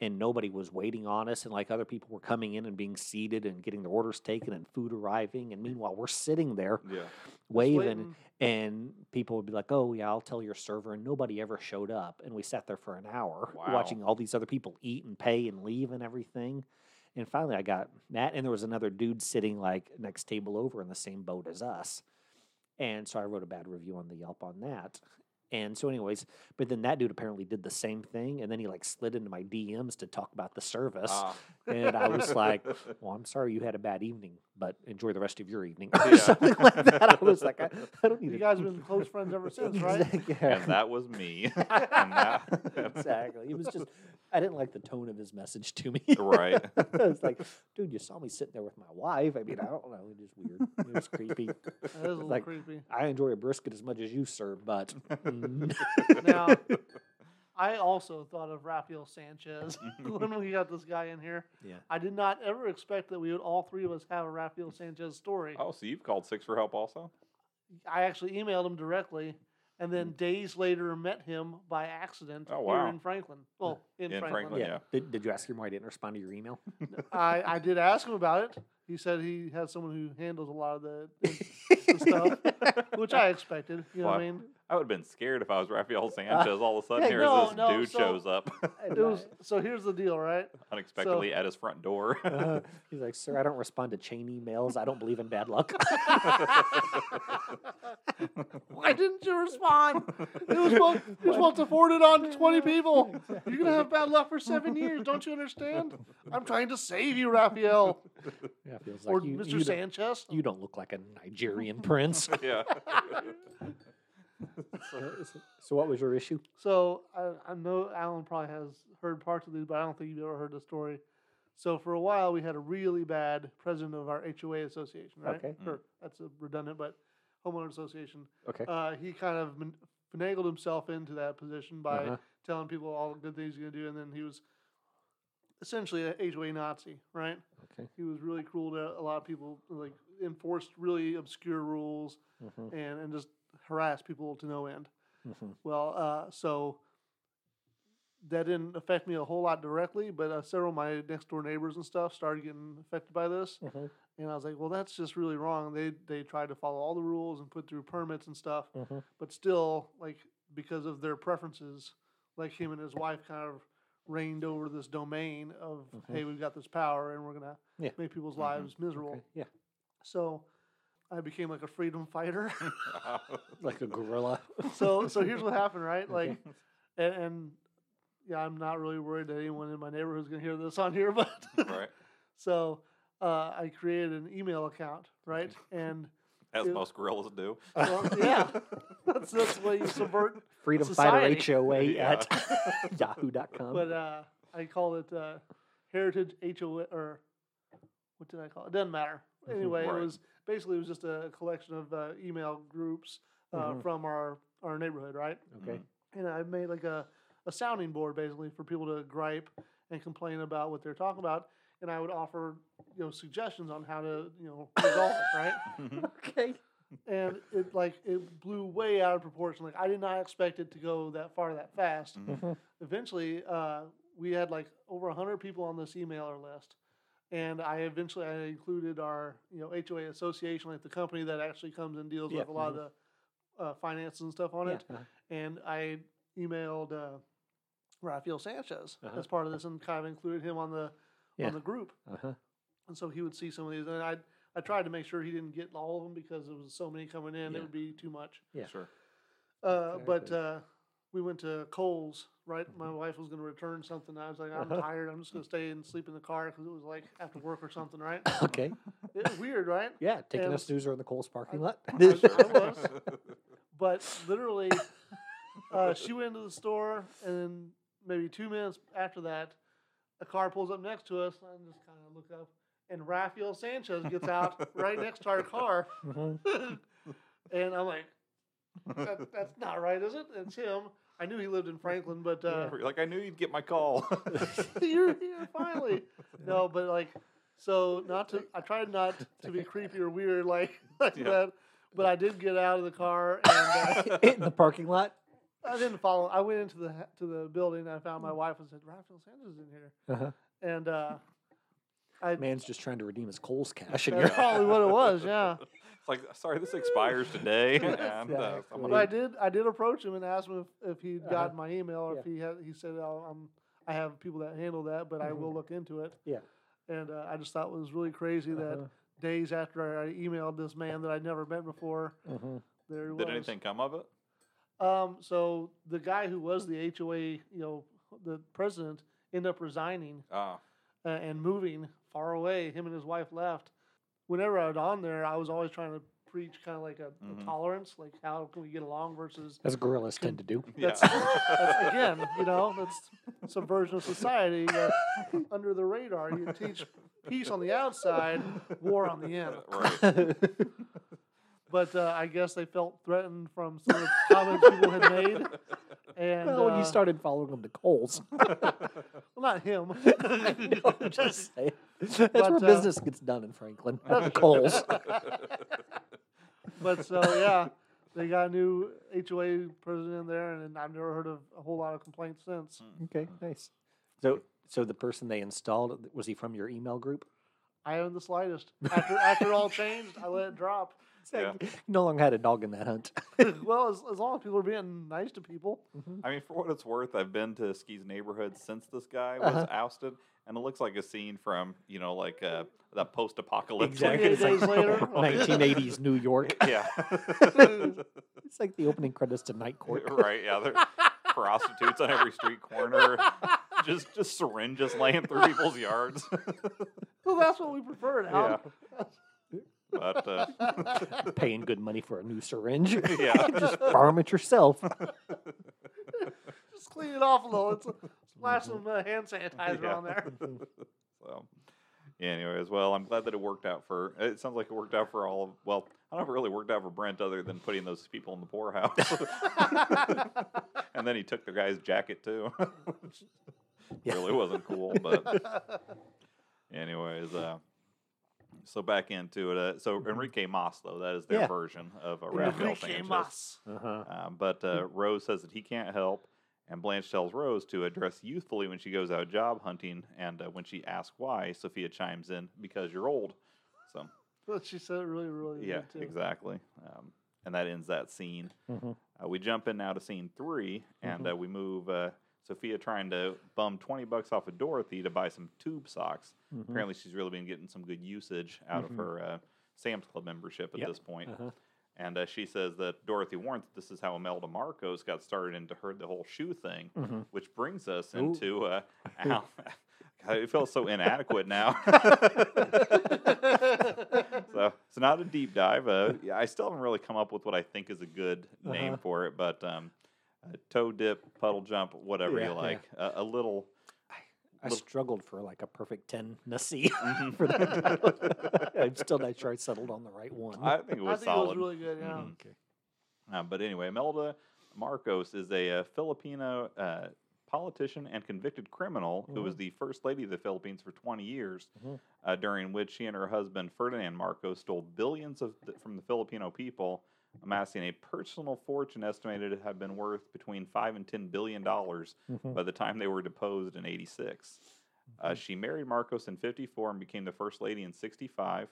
[SPEAKER 1] and nobody was waiting on us, and like other people were coming in and being seated and getting their orders taken and food arriving, and meanwhile we're sitting there
[SPEAKER 2] Yeah.
[SPEAKER 1] waving, and people would be like, "Oh yeah, I'll tell your server," and nobody ever showed up. And we sat there for an hour
[SPEAKER 2] Wow.
[SPEAKER 1] watching all these other people eat and pay and leave and everything. And finally, I got Matt, and there was another dude sitting like next table over in the same boat as us. And so I wrote a bad review on the Yelp on that. And so, anyways, but then that dude apparently did the same thing, and then he like slid into my DMs to talk about the service.
[SPEAKER 2] Ah.
[SPEAKER 1] And I was like, well, I'm sorry you had a bad evening, but enjoy the rest of your evening or
[SPEAKER 2] Yeah.
[SPEAKER 1] something like that. I was like, I, I don't need to
[SPEAKER 3] You guys have been close friends ever since, right?
[SPEAKER 1] Exact-
[SPEAKER 2] and
[SPEAKER 1] yeah.
[SPEAKER 2] that was me. and that,
[SPEAKER 1] exactly. It was just I didn't like the tone of his message to me.
[SPEAKER 2] right.
[SPEAKER 1] I was like, dude, you saw me sitting there with my wife. I mean, I don't know. It was weird. It was creepy.
[SPEAKER 3] That is a little
[SPEAKER 1] Like-
[SPEAKER 3] creepy.
[SPEAKER 1] I enjoy a brisket as much as you, sir, but mm,
[SPEAKER 3] Now, I also thought of Rafael Sanchez
[SPEAKER 2] Mm-hmm.
[SPEAKER 3] when we got this guy in here.
[SPEAKER 1] yeah.
[SPEAKER 3] I did not ever expect that we would all three of us have a Rafael Sanchez story.
[SPEAKER 2] Oh, so you've called Six for help also?
[SPEAKER 3] I actually emailed him directly, and then days later met him by accident
[SPEAKER 2] Hmm. Oh,
[SPEAKER 3] here
[SPEAKER 2] wow.
[SPEAKER 3] in Franklin. Well, in,
[SPEAKER 2] In
[SPEAKER 1] Yeah.
[SPEAKER 2] Franklin,
[SPEAKER 3] Franklin.
[SPEAKER 2] yeah.
[SPEAKER 1] Did, did you ask him why he didn't respond to your email?
[SPEAKER 3] I, I did ask him about it. He said he has someone who handles a lot of the, the stuff, which I expected. You know what I mean?
[SPEAKER 2] I would have been scared if I was Rafael Sanchez all of a sudden.
[SPEAKER 1] yeah,
[SPEAKER 2] Here's
[SPEAKER 3] no,
[SPEAKER 2] this
[SPEAKER 3] no,
[SPEAKER 2] dude
[SPEAKER 3] so-
[SPEAKER 2] shows up
[SPEAKER 3] It was, so here's the deal, right?
[SPEAKER 2] unexpectedly at his front door.
[SPEAKER 3] Uh-huh.
[SPEAKER 1] Uh, he's like, sir, I don't respond to chain emails. I don't believe in bad luck.
[SPEAKER 3] Why didn't you respond? It was supposed, you're supposed to forward it on to 20 people. You're going to have bad luck for seven years. Don't you understand? I'm trying to save you, Raphael.
[SPEAKER 1] yeah, feels
[SPEAKER 3] Or
[SPEAKER 1] like you,
[SPEAKER 3] Mr.
[SPEAKER 1] you don't,
[SPEAKER 3] Sanchez.
[SPEAKER 1] you don't look like a Nigerian prince.
[SPEAKER 2] yeah.
[SPEAKER 1] so, so what was your issue?
[SPEAKER 3] So I, I know Alan probably has heard parts of these, but I don't think you've ever heard the story. So for a while, we had a really bad president of our HOA association, right?
[SPEAKER 1] Okay. Hmm.
[SPEAKER 2] Mm.
[SPEAKER 3] Or, that's a redundant, but homeowner association.
[SPEAKER 1] Okay.
[SPEAKER 3] Uh, he kind of man- finagled himself into that position by
[SPEAKER 1] Uh-huh.
[SPEAKER 3] telling people all the good things he's going to do, and then he was essentially a HOA Nazi, right?
[SPEAKER 1] Okay.
[SPEAKER 3] He was really cruel to a lot of people, like enforced really obscure rules
[SPEAKER 1] Mm-hmm.
[SPEAKER 3] and, and just harassed people to no end.
[SPEAKER 1] Mm-hmm.
[SPEAKER 3] Well, uh, so that didn't affect me a whole lot directly, but uh, several of my next door neighbors and stuff started getting affected by this,
[SPEAKER 1] Mm-hmm.
[SPEAKER 3] and I was like, well, that's just really wrong. They they tried to follow all the rules and put through permits and stuff,
[SPEAKER 1] Mm-hmm.
[SPEAKER 3] but still, like because of their preferences, like him and his wife kind of reigned over this domain of
[SPEAKER 1] Mhm.
[SPEAKER 3] hey, we've got this power and we're gonna
[SPEAKER 1] Yeah. Mm-hmm.
[SPEAKER 3] make people's
[SPEAKER 2] Mhm.
[SPEAKER 3] lives miserable.
[SPEAKER 1] Okay. Yeah.
[SPEAKER 3] So I became like a freedom fighter.
[SPEAKER 1] Like a gorilla.
[SPEAKER 3] so so here's what happened, right?
[SPEAKER 1] Okay.
[SPEAKER 3] Like, and, and yeah, I'm not really worried that anyone in my neighborhood's gonna hear this on here, but
[SPEAKER 2] right.
[SPEAKER 3] so uh, I created an email account, right? And
[SPEAKER 2] As
[SPEAKER 3] It-
[SPEAKER 2] most gorillas do.
[SPEAKER 3] well, yeah, that's that's what you subvert.
[SPEAKER 1] Freedom
[SPEAKER 3] Society.
[SPEAKER 1] Fighter HOA
[SPEAKER 2] Yeah.
[SPEAKER 1] at yahoo.com.
[SPEAKER 3] But uh, I call it uh, Heritage HOA or what did I call it? Doesn't matter. Anyway,
[SPEAKER 2] Right.
[SPEAKER 3] it was basically it was just a collection of uh, email groups uh,
[SPEAKER 1] Mhm.
[SPEAKER 3] from our our neighborhood, right?
[SPEAKER 1] okay.
[SPEAKER 3] and I made like a, a sounding board basically for people to gripe and complain about what they're talking about, and I would offer you know suggestions on how to you know resolve it, right?
[SPEAKER 2] Mhm.
[SPEAKER 1] Okay.
[SPEAKER 3] And it like it blew way out of proportion. Like I did not expect it to go that far that fast.
[SPEAKER 1] Mm.
[SPEAKER 2] Mhm.
[SPEAKER 3] Eventually, uh, we had like over hundred people on this emailer list. And I eventually I included our you know HOA association, like the company that actually comes and deals
[SPEAKER 1] Yeah, mm-hmm.
[SPEAKER 3] with a lot of the uh, finances and stuff on
[SPEAKER 1] Yeah.
[SPEAKER 3] it and I emailed uh, Rafael Sanchez
[SPEAKER 1] Uh-huh.
[SPEAKER 3] as part of this and kind of included him on the
[SPEAKER 1] Yeah.
[SPEAKER 3] on the group,
[SPEAKER 1] Uh-huh.
[SPEAKER 3] and so he would see some of these. And I I tried to make sure he didn't get all of them because there was so many coming in;
[SPEAKER 1] Yeah.
[SPEAKER 3] it would be too much.
[SPEAKER 1] Yeah.
[SPEAKER 2] Sure.
[SPEAKER 3] Uh, But
[SPEAKER 1] Exactly.
[SPEAKER 3] uh, we went to Cole's. Right, my wife was going to return something. I was like, I'm
[SPEAKER 1] Mm-hmm. Uh-huh.
[SPEAKER 3] tired. I'm just going to stay and sleep in the car because it was like after work or something. Right?
[SPEAKER 1] Okay.
[SPEAKER 3] it was weird, right?
[SPEAKER 1] Yeah, taking
[SPEAKER 3] And-
[SPEAKER 1] a snoozer in the Coles parking lot.
[SPEAKER 3] I was. But literally, uh, she went into the store, and then maybe two minutes after that, a car pulls up next to us. and I just kind of look up, and Rafael Sanchez gets out right next to our car.
[SPEAKER 1] Mhm.
[SPEAKER 3] and I'm like, that, that's not right, is it? It's him. I knew he lived in Franklin, but uh,
[SPEAKER 2] You're like I knew you'd get my call.
[SPEAKER 3] you're here finally. No, but like, so not to, I tried not to be creepy or weird like, like
[SPEAKER 2] Yeah.
[SPEAKER 3] that, but I did get out of the car and. Uh,
[SPEAKER 1] in the parking lot.
[SPEAKER 3] I didn't follow. I went into the ha- to the building. and I found my wife and said, "Rafael Sanchez is in here,"
[SPEAKER 1] Uh-huh.
[SPEAKER 3] and uh, I
[SPEAKER 1] Man's just trying to redeem his Coles cash. And
[SPEAKER 3] that's
[SPEAKER 1] you're,
[SPEAKER 3] probably what it was. Yeah,
[SPEAKER 2] It's like sorry, this expires today, and uh,
[SPEAKER 1] Exactly.
[SPEAKER 2] someone
[SPEAKER 3] but I did. I did approach him and ask him if, if he'd gotten my email. Or If
[SPEAKER 1] Uh-huh. Yeah.
[SPEAKER 3] he had, he said, oh, "I'm I have people that handle that, but I will look into it."
[SPEAKER 1] Mm-hmm. Yeah.
[SPEAKER 3] and uh, I just thought it was really crazy that
[SPEAKER 1] Uh-huh.
[SPEAKER 3] days after I emailed this man that I'd never met before,
[SPEAKER 1] Mhm.
[SPEAKER 3] there he
[SPEAKER 2] did
[SPEAKER 3] was.
[SPEAKER 2] anything come of it?
[SPEAKER 3] Um, so the guy who was the HOA, you know, the president, ended up resigning.
[SPEAKER 2] Ah,
[SPEAKER 3] uh, and moving far away. Him and his wife left. Whenever I was on there, I was always trying to preach kind of like a, a
[SPEAKER 2] Mhm.
[SPEAKER 3] tolerance, like how can we get along versus
[SPEAKER 1] As gorillas tend to do.
[SPEAKER 2] yeah.
[SPEAKER 3] that's, that's again, you know, that's subversion of society uh, under the radar. You teach peace on the outside, war on the in.
[SPEAKER 2] right.
[SPEAKER 3] But uh, I guess they felt threatened from some of the comments people had made. And
[SPEAKER 1] well, when
[SPEAKER 3] uh,
[SPEAKER 1] you started following them to Coles.
[SPEAKER 3] well, not him.
[SPEAKER 1] I know, I'm just saying. That's
[SPEAKER 3] But,
[SPEAKER 1] where
[SPEAKER 3] uh,
[SPEAKER 1] business gets done in Franklin. At the Coles.
[SPEAKER 3] But so yeah, they got a new HOA president there, and I've never heard of a whole lot of complaints since.
[SPEAKER 1] Okay, nice. So, so the person they installed was he from your email group?
[SPEAKER 3] I haven't the slightest. After after it all changed, I let it drop.
[SPEAKER 2] Yeah.
[SPEAKER 1] You no longer had a dog in that hunt.
[SPEAKER 3] well, as, as long as people are being nice to people,
[SPEAKER 2] I mean, for what it's worth, I've been to Ski's neighborhood since this guy was
[SPEAKER 1] Uh-huh.
[SPEAKER 2] ousted, and it looks like a scene from you know, like uh, that post-apocalyptic.
[SPEAKER 1] Exactly.
[SPEAKER 2] It's oh,
[SPEAKER 3] 28 days later.
[SPEAKER 1] Nineteen eighties New York.
[SPEAKER 2] yeah,
[SPEAKER 1] It's like the opening credits to Night Court.
[SPEAKER 2] right. Yeah, there prostitutes on every street corner, just just syringes laying through people's yards.
[SPEAKER 3] well, that's what we preferred.
[SPEAKER 2] yeah,
[SPEAKER 3] Al.
[SPEAKER 2] but uh,
[SPEAKER 1] Paying good money for a new syringe.
[SPEAKER 2] yeah,
[SPEAKER 1] Just farm it yourself.
[SPEAKER 3] Just clean it off a little. It's, splash some uh, hand sanitizer
[SPEAKER 2] Yeah.
[SPEAKER 3] on there.
[SPEAKER 2] So, anyways, well, I'm glad that it worked out for. It sounds like it worked out for all of. Well, I don't know if it really worked out for Brent other than putting those people in the poorhouse. and then he took the guy's jacket too.
[SPEAKER 1] Yeah.
[SPEAKER 2] Really wasn't cool, but anyways, uh, so back into it. Uh, so Enrique Mas, though, that is their
[SPEAKER 1] Mm-hmm. Yeah.
[SPEAKER 2] version of a Rafael
[SPEAKER 3] Enrique
[SPEAKER 2] Sanchez.
[SPEAKER 3] Mas.
[SPEAKER 1] Uh-huh.
[SPEAKER 2] Um, but uh, Rose says that he can't help, and Blanche tells Rose to address youthfully when she goes out job hunting, and uh, when she asks why, Sophia chimes in, "Because you're old." So
[SPEAKER 3] But she said it really, really
[SPEAKER 2] yeah,
[SPEAKER 3] good too.
[SPEAKER 2] exactly. Um, and that ends that scene.
[SPEAKER 1] Mhm.
[SPEAKER 2] Uh, we jump in now to scene three,
[SPEAKER 1] Mm-hmm.
[SPEAKER 2] and uh, we move uh, Sophia trying to bum 20 bucks off of Dorothy to buy some tube socks.
[SPEAKER 1] Mhm.
[SPEAKER 2] Apparently, she's really been getting some good usage out
[SPEAKER 1] Mhm.
[SPEAKER 2] of her uh, Sam's Club membership at
[SPEAKER 1] Yep.
[SPEAKER 2] this point.
[SPEAKER 1] Uh-huh.
[SPEAKER 2] And uh, she says that Dorothy warns that this is how Imelda Marcos got started into her the whole shoe thing,
[SPEAKER 1] Mhm.
[SPEAKER 2] which brings us
[SPEAKER 1] Ooh.
[SPEAKER 2] into uh, how God, it feels so inadequate now. so it's not a deep dive. Uh, yeah, I still haven't really come up with what I think is a good name
[SPEAKER 1] Uh-huh.
[SPEAKER 2] for it, but um, uh, toe dip, puddle jump, whatever
[SPEAKER 1] Yeah,
[SPEAKER 2] you
[SPEAKER 1] yeah.
[SPEAKER 2] like. Uh, a little.
[SPEAKER 1] I
[SPEAKER 2] Look-
[SPEAKER 1] struggled for like a perfect 10 Nasi
[SPEAKER 2] Mm-hmm.
[SPEAKER 1] for that. I'm still not sure I settled on the right one.
[SPEAKER 2] I think it
[SPEAKER 3] I
[SPEAKER 2] was
[SPEAKER 3] think
[SPEAKER 2] solid.
[SPEAKER 3] it was really good. Yeah.
[SPEAKER 2] Mhm. Uh, but anyway, Imelda Marcos is a, uh Filipino uh, politician and convicted criminal who was the first lady of the Philippines for 20 years,
[SPEAKER 1] Mhm.
[SPEAKER 2] uh, during which she and her husband Ferdinand Marcos stole billions of th- from the Filipino people, amassing a personal fortune estimated to have been worth between five and ten billion dollars
[SPEAKER 1] Mhm.
[SPEAKER 2] by the time they were deposed in 86. Uh, she married Marcos in 54 and became the first lady in 65.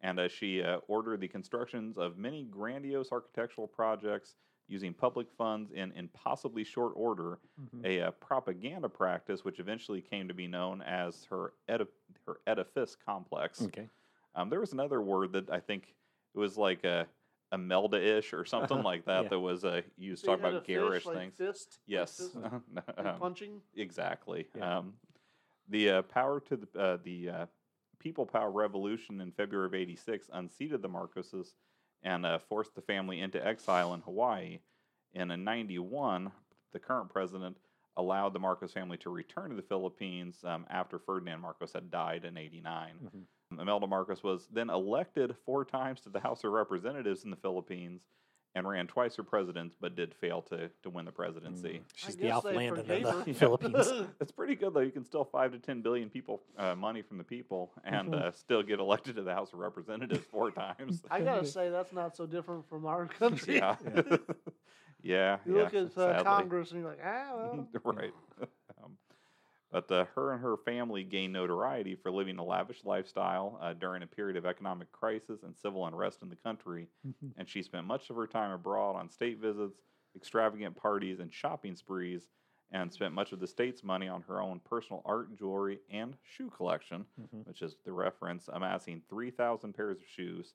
[SPEAKER 2] And uh, she uh, ordered the constructions of many grandiose architectural projects using public funds in impossibly short order,
[SPEAKER 1] Mhm.
[SPEAKER 2] a uh, propaganda practice which eventually came to be known as her, edif- her edifice complex.
[SPEAKER 1] Okay.
[SPEAKER 2] Um, there was another word that I think it was like a Imelda ish or something
[SPEAKER 1] Uh-huh,
[SPEAKER 2] like that
[SPEAKER 1] yeah.
[SPEAKER 2] that was uh, used to
[SPEAKER 3] So you
[SPEAKER 2] talk
[SPEAKER 3] had a
[SPEAKER 2] about
[SPEAKER 3] fish,
[SPEAKER 2] garish
[SPEAKER 3] like
[SPEAKER 2] things.
[SPEAKER 3] Fist, like
[SPEAKER 2] Yes.
[SPEAKER 3] fist, like
[SPEAKER 2] Um,
[SPEAKER 3] punching.
[SPEAKER 2] Exactly.
[SPEAKER 1] Yeah.
[SPEAKER 2] Um, the uh, power to the uh, the uh, people power revolution in February of '86 unseated the Marcoses and uh, forced the family into exile in Hawaii. And in '91, the current president allowed the Marcos family to return to the Philippines um, after Ferdinand Marcos had died in '89.
[SPEAKER 1] Mhm.
[SPEAKER 2] Imelda Marcos was then elected four times to the House of Representatives in the Philippines and ran twice for president, but did fail to, to win the presidency.
[SPEAKER 1] Mm-hmm. She's the
[SPEAKER 3] guess they
[SPEAKER 1] Outlander
[SPEAKER 3] forgave
[SPEAKER 1] of
[SPEAKER 3] her.
[SPEAKER 1] the Philippines.
[SPEAKER 2] That's pretty good, though. You can still five to ten billion people uh, money from the people, and
[SPEAKER 1] Mhm.
[SPEAKER 2] uh, still get elected to the House of Representatives four times.
[SPEAKER 3] I gotta say that's not so different from our country.
[SPEAKER 2] yeah, yeah.
[SPEAKER 3] You
[SPEAKER 2] yeah,
[SPEAKER 3] look at uh,
[SPEAKER 2] sadly.
[SPEAKER 3] Congress and you're like, ah, well.
[SPEAKER 2] right? um, but uh, her and her family gained notoriety for living a lavish lifestyle uh, during a period of economic crisis and civil unrest in the country,
[SPEAKER 1] Mhm.
[SPEAKER 2] and she spent much of her time abroad on state visits, extravagant parties, and shopping sprees. And spent much of the state's money on her own personal art, jewelry, and shoe collection,
[SPEAKER 1] Mhm.
[SPEAKER 2] which is the reference, amassing 3,000 pairs of shoes.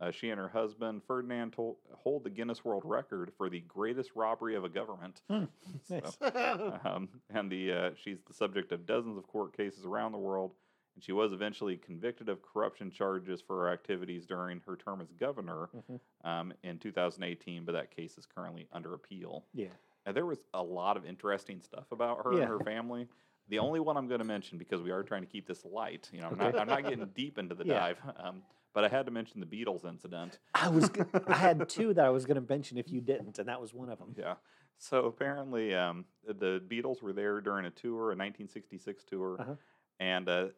[SPEAKER 2] Uh, she and her husband, Ferdinand, told, hold the Guinness World Record for the greatest robbery of a government.
[SPEAKER 1] Hmm,
[SPEAKER 2] So,
[SPEAKER 1] nice.
[SPEAKER 2] um, and the uh, she's the subject of dozens of court cases around the world, and she was eventually convicted of corruption charges for her activities during her term as governor
[SPEAKER 1] Mhm.
[SPEAKER 2] um, in 2018. But that case is currently under appeal.
[SPEAKER 1] Yeah.
[SPEAKER 2] Now, there was a lot of interesting stuff about her
[SPEAKER 1] Yeah.
[SPEAKER 2] and her family. The only one I'm going to mention because we are trying to keep this light. You know, I'm not, I'm not getting deep into the
[SPEAKER 1] Yeah.
[SPEAKER 2] dive. Um, but I had to mention the Beatles incident.
[SPEAKER 1] I was g- I had two that I was going to mention if you didn't, and that was one of them.
[SPEAKER 2] Yeah. So apparently, um, the Beatles were there during a tour, a 1966 tour,
[SPEAKER 1] Uh-huh.
[SPEAKER 2] and uh,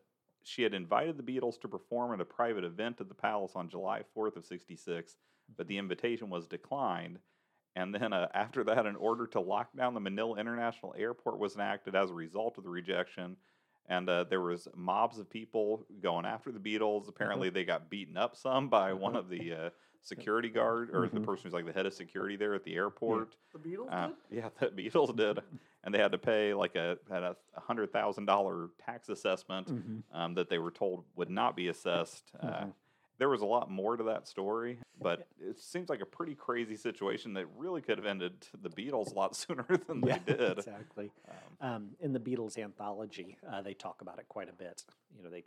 [SPEAKER 2] she had invited the Beatles to perform at a private event at the Palace on July 4th of '66, but the invitation was declined. And then uh, after that, an order to lock down the Manila International Airport was enacted as a result of the rejection. And uh, there was mobs of people going after the Beatles. Apparently,
[SPEAKER 1] Uh-huh.
[SPEAKER 2] they got beaten up some by one of the uh, security guard or the
[SPEAKER 1] Mhm.
[SPEAKER 2] person who's like the head of security there at the airport.
[SPEAKER 3] the Beatles
[SPEAKER 2] Uh,
[SPEAKER 3] did?
[SPEAKER 2] yeah, the Beatles did, and they had to pay like a had a hundred thousand dollar tax assessment
[SPEAKER 1] Mhm.
[SPEAKER 3] Mm.
[SPEAKER 2] um, that they were told would not be assessed. Uh,
[SPEAKER 3] Mm-hmm.
[SPEAKER 1] Mhm.
[SPEAKER 2] There was a lot more to that story, but it seems like a pretty crazy situation that really could have ended the Beatles a lot sooner than
[SPEAKER 1] Yeah,
[SPEAKER 2] they did.
[SPEAKER 1] exactly.
[SPEAKER 2] Um,
[SPEAKER 1] Um, in the Beatles anthology, uh, they talk about it quite a bit. You know, they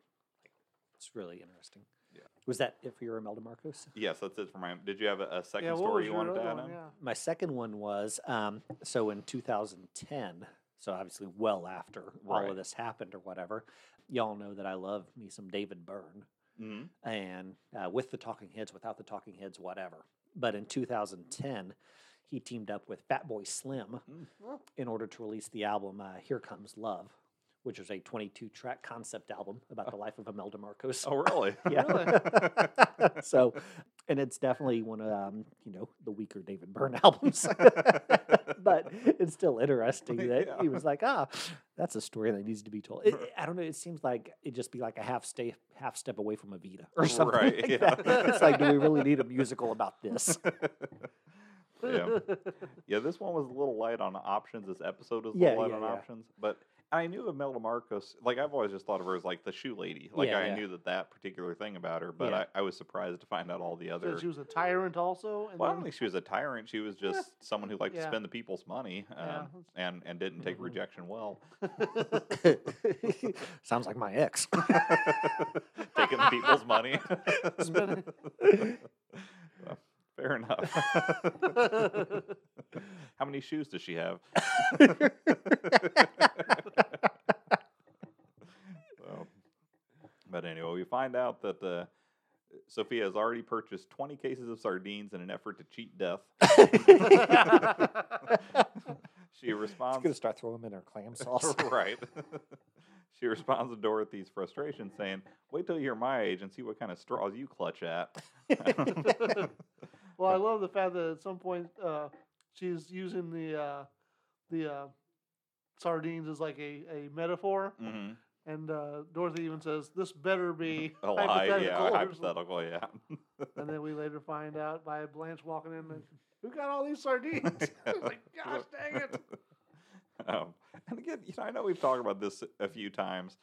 [SPEAKER 1] it's really interesting.
[SPEAKER 2] Yeah.
[SPEAKER 1] Was that it for your Imelda Marcos?
[SPEAKER 2] yes, that's it for my. Did you have a, a second
[SPEAKER 3] yeah, what
[SPEAKER 2] story
[SPEAKER 3] was
[SPEAKER 2] you
[SPEAKER 3] your
[SPEAKER 2] wanted to
[SPEAKER 3] other
[SPEAKER 2] add
[SPEAKER 3] one?
[SPEAKER 2] in?
[SPEAKER 3] Yeah.
[SPEAKER 1] My second one was um, so in 2010, so obviously well after all
[SPEAKER 2] Right.
[SPEAKER 1] of this happened or whatever. Y'all know that I love me some David Byrne.
[SPEAKER 2] hmm
[SPEAKER 1] and uh, with the Talking Heads, without the Talking Heads, whatever. But in 2010, he teamed up with Fatboy Slim
[SPEAKER 2] Mm.
[SPEAKER 3] Well.
[SPEAKER 1] in order to release the album uh, "Here Comes Love," which was a 22 track concept album about the life of Imelda Marcos.
[SPEAKER 2] Oh, really?
[SPEAKER 1] Yeah.
[SPEAKER 2] Really?
[SPEAKER 1] so, and it's definitely one of um, you know the weaker David Byrne albums, but it's still interesting that he
[SPEAKER 2] Yeah.
[SPEAKER 1] was like, ah, that's a story that needs to be told. It, I don't know. It seems like it'd just be like a half step half step away from Evita or something.
[SPEAKER 2] Right,
[SPEAKER 1] like
[SPEAKER 2] yeah.
[SPEAKER 1] that. It's like, do we really need a musical about this?
[SPEAKER 2] yeah. Yeah, this one was a little light on options. This episode was a
[SPEAKER 1] Yeah,
[SPEAKER 2] little light
[SPEAKER 1] yeah,
[SPEAKER 2] on
[SPEAKER 1] yeah.
[SPEAKER 2] options. But I knew Imelda Marcos, like, I've always just thought of her as, like, the shoe lady. Like,
[SPEAKER 1] Yeah,
[SPEAKER 2] I
[SPEAKER 1] yeah.
[SPEAKER 2] knew that that particular thing about her, but
[SPEAKER 1] Yeah.
[SPEAKER 2] I, I was surprised to find out all the
[SPEAKER 3] So
[SPEAKER 2] other.
[SPEAKER 3] she was a tyrant also. And
[SPEAKER 2] well, I
[SPEAKER 3] then-
[SPEAKER 2] don't
[SPEAKER 1] um,
[SPEAKER 2] think she was a tyrant. She
[SPEAKER 1] eh,
[SPEAKER 2] was just someone who liked
[SPEAKER 3] yeah.
[SPEAKER 2] to spend the people's money um,
[SPEAKER 3] Yeah.
[SPEAKER 2] and, and didn't take
[SPEAKER 1] Mhm.
[SPEAKER 2] rejection well.
[SPEAKER 1] Sounds like my ex.
[SPEAKER 2] Taking the people's money.
[SPEAKER 3] Spending-
[SPEAKER 2] So, fair enough. How many shoes does she have? So, but anyway, we find out that uh, Sophia has already purchased 20 cases of sardines in an effort to cheat death. she
[SPEAKER 1] She's gonna
[SPEAKER 2] responds
[SPEAKER 1] start throwing them in her clam sauce.
[SPEAKER 2] Um, right. she responds to Dorothy's frustration, saying, "Wait till you're my age and see what kind of straws you clutch at." Mm-hmm.
[SPEAKER 3] well, I love the fact that at some point uh, she's using the uh, the uh, sardines as like a, a metaphor,
[SPEAKER 2] hmm
[SPEAKER 3] and uh, Dorothy even says, "This better be
[SPEAKER 2] A lie, Oh, yeah,
[SPEAKER 3] or
[SPEAKER 2] hypothetical, yeah.
[SPEAKER 3] something." And then we later find out by Blanche walking in, and, "Who got all these sardines?" I was like, "Gosh, dang it!"
[SPEAKER 2] Um, and again, you know, I know we've talked about this a few times,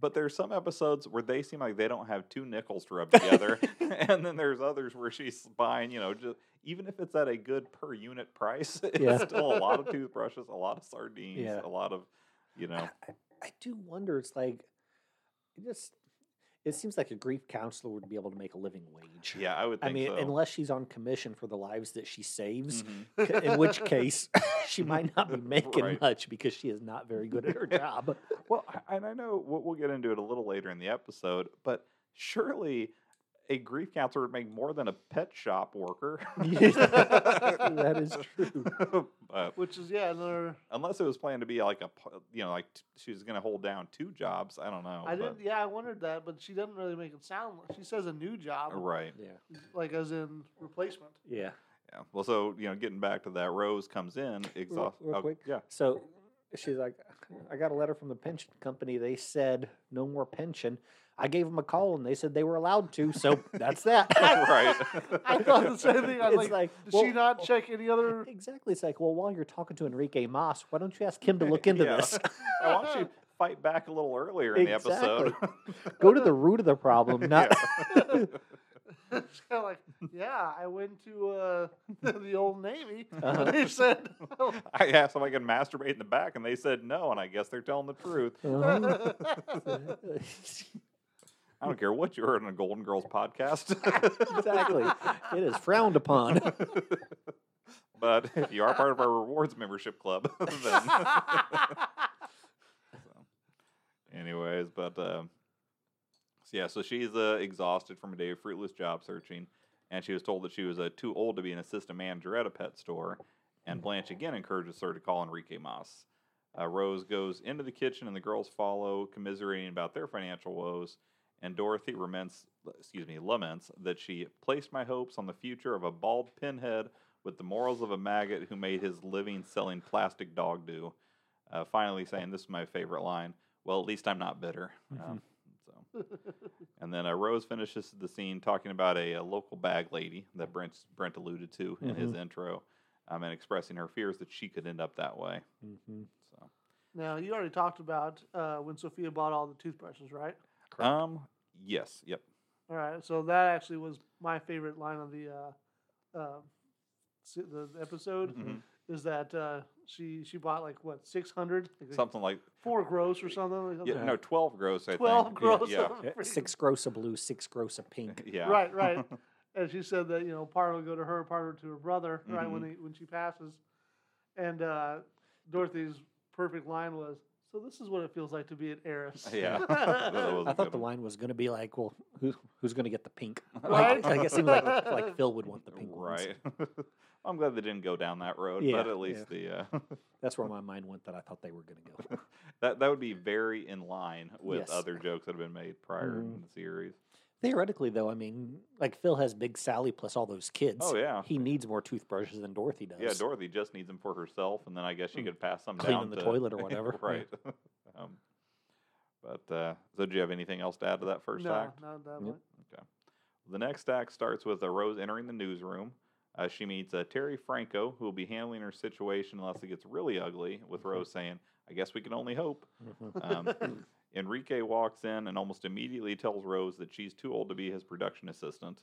[SPEAKER 2] but there's some episodes where they seem like they don't have two nickels to rub together, and then there's others where she's buying, you know, just even if it's at a good per unit price, it's
[SPEAKER 1] Yeah.
[SPEAKER 2] still a lot of toothbrushes, a lot of sardines,
[SPEAKER 1] Yeah.
[SPEAKER 2] a lot of, you know,
[SPEAKER 1] I do wonder. It's like, it just it seems like a grief counselor would be able to make a living wage.
[SPEAKER 2] yeah, I would
[SPEAKER 1] I
[SPEAKER 2] think
[SPEAKER 1] mean,
[SPEAKER 2] so.
[SPEAKER 1] unless she's on commission for the lives that she saves,
[SPEAKER 2] Mhm.
[SPEAKER 1] c- in which case she might not be making
[SPEAKER 2] Right.
[SPEAKER 1] much because she is not very good at her job.
[SPEAKER 2] Well, I- and I know we'll, we'll get into it a little later in the episode, but surely a grief counselor would make more than a pet shop worker.
[SPEAKER 1] that is true.
[SPEAKER 2] But
[SPEAKER 3] Which is yeah, another.
[SPEAKER 2] unless it was planned to be like a, p- you know, like t- she was going to hold down two jobs. I don't know.
[SPEAKER 3] I
[SPEAKER 2] but-
[SPEAKER 3] didn't. Yeah, I wondered that, but she doesn't really make it sound. like She says a new job,
[SPEAKER 2] Right.
[SPEAKER 1] Yeah.
[SPEAKER 3] like as in replacement.
[SPEAKER 1] Yeah.
[SPEAKER 2] Yeah. Well, so you know, getting back to that, Rose comes in exhaust.
[SPEAKER 1] real
[SPEAKER 2] oh,
[SPEAKER 1] quick.
[SPEAKER 2] Yeah.
[SPEAKER 1] So she's like, I got a letter from the pension company. They said no more pension. I gave them a call and they said they were allowed to. So that's that.
[SPEAKER 2] right.
[SPEAKER 3] I thought the same thing. I was
[SPEAKER 1] It's
[SPEAKER 3] like, oh.
[SPEAKER 1] like,
[SPEAKER 3] did
[SPEAKER 1] well,
[SPEAKER 3] she not check any other?
[SPEAKER 1] Exactly. It's like, well, while you're talking to Enrique Mas, why don't you ask him to look into
[SPEAKER 2] Yeah.
[SPEAKER 1] this?
[SPEAKER 2] Why don't you fight back a little earlier in the episode?
[SPEAKER 1] Go to the root of the problem, not
[SPEAKER 3] It's kinda like, yeah, I went to uh, the old Navy.
[SPEAKER 1] Uh-huh.
[SPEAKER 3] And they said,
[SPEAKER 2] I asked if I could masturbate in the back, and they said no, and I guess they're telling the truth.
[SPEAKER 1] Uh-huh.
[SPEAKER 2] I don't care what you heard on a Golden Girls podcast,
[SPEAKER 1] exactly. It is frowned upon.
[SPEAKER 2] but if you are part of our rewards membership club, then anyways, but um, so yeah, so she's uh, exhausted from a day of fruitless job searching, and she was told that she was uh, too old to be an assistant manager at a pet store. And Blanche again encourages her to call Enrique Mas. Uh, Rose goes into the kitchen, and the girls follow, commiserating about their financial woes. And Dorothy laments, excuse me, laments that she placed my hopes on the future of a bald pinhead with the morals of a maggot who made his living selling plastic dog do. Uh, finally, saying this is my favorite line. Well, at least I'm not bitter. Um, so, and then uh, Rose finishes the scene talking about a, uh local bag lady that Brent Brent alluded to in
[SPEAKER 3] Mm-hmm.
[SPEAKER 2] his intro, um, and expressing her fears that she could end up that way.
[SPEAKER 1] Mhm.
[SPEAKER 2] So,
[SPEAKER 3] now, you already talked about uh, when Sophia bought all the toothbrushes, right?
[SPEAKER 2] um, yes, yep,
[SPEAKER 3] All right. So that actually was my favorite line of the uh, uh, se- the episode
[SPEAKER 2] Mhm.
[SPEAKER 3] is that uh, she she bought like what six hundred
[SPEAKER 2] something like
[SPEAKER 3] four gross or something. like
[SPEAKER 2] yeah,
[SPEAKER 3] something.
[SPEAKER 2] no twelve gross. I
[SPEAKER 3] Twelve
[SPEAKER 2] think.
[SPEAKER 3] gross.
[SPEAKER 2] Yeah,
[SPEAKER 3] of
[SPEAKER 1] Yeah,
[SPEAKER 3] freaking-
[SPEAKER 1] Six gross of blue, six gross of pink.
[SPEAKER 2] yeah.
[SPEAKER 3] Right, right. and she said that you know part would go to her, part would to her brother.
[SPEAKER 2] Mm-hmm.
[SPEAKER 3] Right when they, when she passes, and uh, Dorothy's perfect line was, So this is what it feels like to be an heiress.
[SPEAKER 2] Yeah. That was-
[SPEAKER 1] I
[SPEAKER 2] a
[SPEAKER 1] thought
[SPEAKER 2] good
[SPEAKER 1] the
[SPEAKER 2] one.
[SPEAKER 1] line was going to be like, well, who, who's going to get the pink? Like,
[SPEAKER 3] Right?
[SPEAKER 1] I guess it seemed like, like Phil would want the pink ones.
[SPEAKER 2] right. I'm glad they didn't go down that road,
[SPEAKER 1] Yeah,
[SPEAKER 2] but at least the uh,
[SPEAKER 1] That's where my mind went that I thought they were going to go.
[SPEAKER 2] that that would be very in line with
[SPEAKER 1] Yes.
[SPEAKER 2] other jokes that have been made
[SPEAKER 1] Mhm.
[SPEAKER 2] prior
[SPEAKER 3] Mm-hmm.
[SPEAKER 2] in the series.
[SPEAKER 1] Theoretically, though, I mean, like Phil has Big Sally plus all those kids.
[SPEAKER 2] Oh yeah,
[SPEAKER 1] He needs more toothbrushes than Dorothy does.
[SPEAKER 2] yeah. Dorothy just needs them for herself, and then I guess she
[SPEAKER 1] Mm.
[SPEAKER 2] could pass some down
[SPEAKER 1] Cleaning the
[SPEAKER 2] to-
[SPEAKER 1] toilet or whatever. Yeah.
[SPEAKER 2] right. um, but uh, so, do you have anything else to add to that first
[SPEAKER 3] no,
[SPEAKER 2] act?
[SPEAKER 3] not that
[SPEAKER 1] Yep.
[SPEAKER 3] much.
[SPEAKER 2] The next act starts with uh, Rose entering the newsroom. Uh, she meets uh, Terry Franco, who will be handling her situation unless it gets really ugly,
[SPEAKER 3] Mm-hmm.
[SPEAKER 2] with Rose saying, I guess we can only hope.
[SPEAKER 1] Mhm.
[SPEAKER 2] Um, Enrique walks in and almost immediately tells Rose that she's too old to be his production assistant.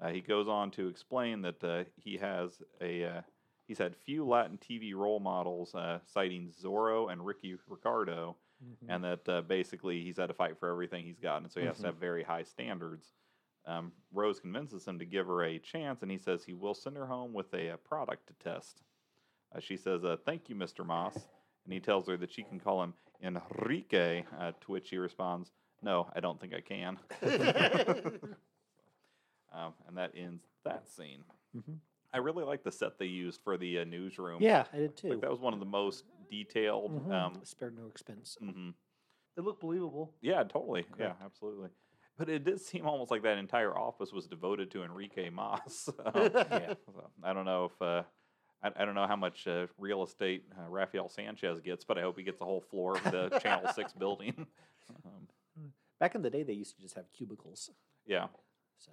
[SPEAKER 2] Uh, he goes on to explain that uh, he has a uh, he's had few Latin TV role models, uh, citing Zorro and Ricky Ricardo,
[SPEAKER 1] Mhm.
[SPEAKER 2] and that uh, basically he's had to fight for everything he's gotten, so he has
[SPEAKER 1] Mhm.
[SPEAKER 2] to have very high standards. Um, Rose convinces him to give her a chance, and he says he will send her home with a, uh product to test. Uh, she says, uh, "Thank you, Mr. Moss," and he tells her that she can call him Enrique. Uh, to which she responds, "No, I don't think I can."
[SPEAKER 1] Mm-hmm.
[SPEAKER 2] um, and that ends that scene.
[SPEAKER 1] Mhm.
[SPEAKER 2] I really like the set they used for the uh, newsroom.
[SPEAKER 1] Mm-hmm. Yeah, I did too.
[SPEAKER 2] like that was one of the most detailed.
[SPEAKER 1] Mhm.
[SPEAKER 2] Um,
[SPEAKER 1] Spared no expense.
[SPEAKER 2] mhm.
[SPEAKER 3] It looked believable.
[SPEAKER 2] Yeah, totally.
[SPEAKER 1] Correct.
[SPEAKER 2] Yeah, absolutely. But it did seem almost like that entire office was devoted to Enrique Moss. Um,
[SPEAKER 1] Yeah.
[SPEAKER 2] so I don't know if uh, I, I don't know how much uh, real estate uh, Rafael Sanchez gets, but I hope he gets the whole floor of the Channel Six building. Um,
[SPEAKER 1] Back in the day, they used to just have cubicles.
[SPEAKER 2] yeah.
[SPEAKER 1] So,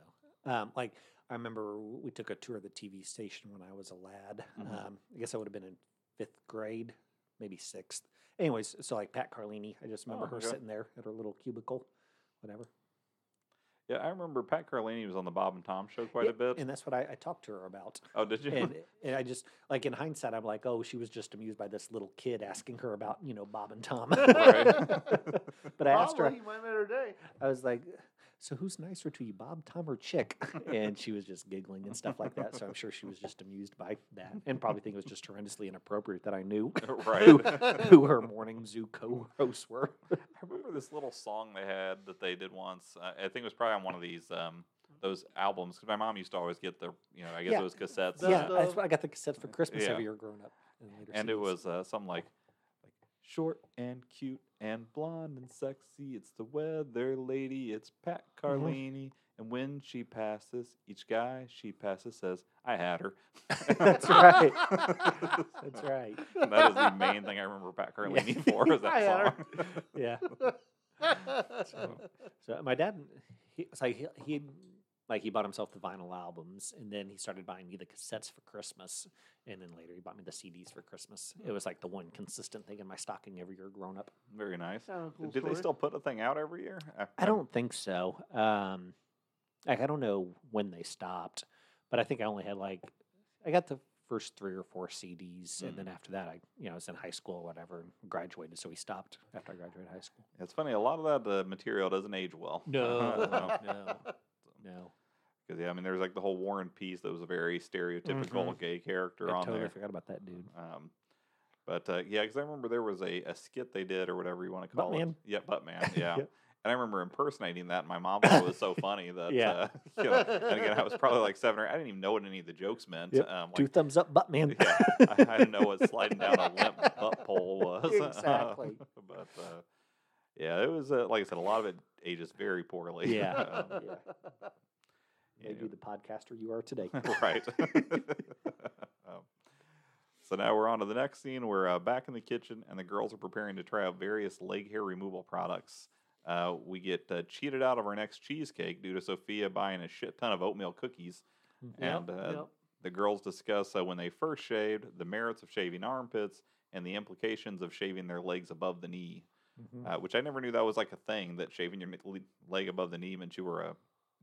[SPEAKER 1] um, like, I remember w- we took a tour of the TV station when I was a lad.
[SPEAKER 2] Mhm.
[SPEAKER 1] Um, I guess I would have been in fifth grade, maybe sixth. Anyways, so like Pat Carlini, I just remember
[SPEAKER 2] Oh,
[SPEAKER 1] her
[SPEAKER 2] okay.
[SPEAKER 1] sitting there at her little cubicle, whatever.
[SPEAKER 2] Yeah, I remember Pat Carlini was on the Bob and Tom show quite
[SPEAKER 1] Yeah,
[SPEAKER 2] a bit.
[SPEAKER 1] And that's what I, I talked to her about.
[SPEAKER 2] oh, did you?
[SPEAKER 1] And, and I just, like, in hindsight, I'm like, oh, she was just amused by this little kid asking her about, you know, Bob and Tom.
[SPEAKER 2] Right.
[SPEAKER 1] but I asked her,
[SPEAKER 3] Probably, you might have made her day.
[SPEAKER 1] I was like, so who's nicer to you, Bob, Tom, or Chick? And she was just giggling and stuff like that. So I'm sure she was just amused by that and probably think it was just horrendously inappropriate that I knew who,
[SPEAKER 2] right.
[SPEAKER 1] who her morning zoo co hosts were.
[SPEAKER 2] I remember this little song they had that they did once. I, I think it was probably on one of these um, those albums because my mom used to always get the you know I guess
[SPEAKER 1] Yeah.
[SPEAKER 2] it was cassettes.
[SPEAKER 3] The-
[SPEAKER 1] yeah,
[SPEAKER 2] uh,
[SPEAKER 1] that's what I got the cassettes for Christmas
[SPEAKER 2] Yeah.
[SPEAKER 1] every year growing up. in later
[SPEAKER 2] and it
[SPEAKER 1] seasons.
[SPEAKER 2] was uh, something like like short and cute and blonde and sexy. It's the weather lady. It's Pat Carlini. And when she passes, each guy she passes says, "I had her."
[SPEAKER 1] That's right. That's right.
[SPEAKER 2] And that is the main thing I remember Pat Carlini for is that
[SPEAKER 3] I had
[SPEAKER 2] song.
[SPEAKER 1] Yeah. So uh, my dad, he, so he, he like he bought himself the vinyl albums, and then he started buying me the cassettes for Christmas, and then later he bought me the CDs for Christmas. It was like the one consistent thing in my stocking every year growing up.
[SPEAKER 2] Very nice.
[SPEAKER 3] Sounded a cool
[SPEAKER 2] Did they
[SPEAKER 3] story.
[SPEAKER 2] still put a thing out every year?
[SPEAKER 1] I don't think so. Um, like I don't know when they stopped, but I think I only had like I got the first three or four CDs, and then after that, I you know I was in high school or whatever, and graduated, so he stopped after I graduated high school.
[SPEAKER 2] It's funny. A lot of that uh, material doesn't age well. Oh,
[SPEAKER 1] No, no, no.
[SPEAKER 2] Because yeah, I mean, there's like the whole War and Peace that was a very stereotypical
[SPEAKER 1] Mhm.
[SPEAKER 2] gay character
[SPEAKER 1] I
[SPEAKER 2] on
[SPEAKER 1] totally
[SPEAKER 2] there.
[SPEAKER 1] forgot about that dude.
[SPEAKER 2] Um, but uh, yeah, because I remember there was a, a skit they did or whatever you want to call
[SPEAKER 1] Buttman.
[SPEAKER 2] it. Yeah, Buttman. Yeah.
[SPEAKER 1] Yep.
[SPEAKER 2] And I remember impersonating that. and My mom thought it was so funny that.
[SPEAKER 1] Yeah.
[SPEAKER 2] Uh, you know, and again, I was probably like seven or I didn't even know what any of the jokes meant.
[SPEAKER 1] Yep.
[SPEAKER 2] Um,
[SPEAKER 1] Two
[SPEAKER 2] like,
[SPEAKER 1] thumbs up, butt man.
[SPEAKER 2] yeah, I, I didn't know what sliding down a limp butt pole was.
[SPEAKER 1] Exactly.
[SPEAKER 2] but uh, yeah, it was uh, like I said, a lot of it ages very poorly.
[SPEAKER 1] Yeah.
[SPEAKER 2] Um,
[SPEAKER 1] Yeah.
[SPEAKER 2] yeah.
[SPEAKER 1] Made you the podcaster you are today.
[SPEAKER 2] right. Um, so now we're on to the next scene. We're uh, back in the kitchen, and the girls are preparing to try out various leg hair removal products. Uh, we get uh, cheated out of our next cheesecake due to Sophia buying a shit ton of oatmeal cookies.
[SPEAKER 1] Mm-hmm.
[SPEAKER 3] Yep,
[SPEAKER 2] And uh, the girls discuss uh, when they first shaved, the merits of shaving armpits, and the implications of shaving their legs above the knee,
[SPEAKER 1] Mm-hmm.
[SPEAKER 2] uh, which I never knew that was like a thing that shaving your mi- leg above the knee meant you were a,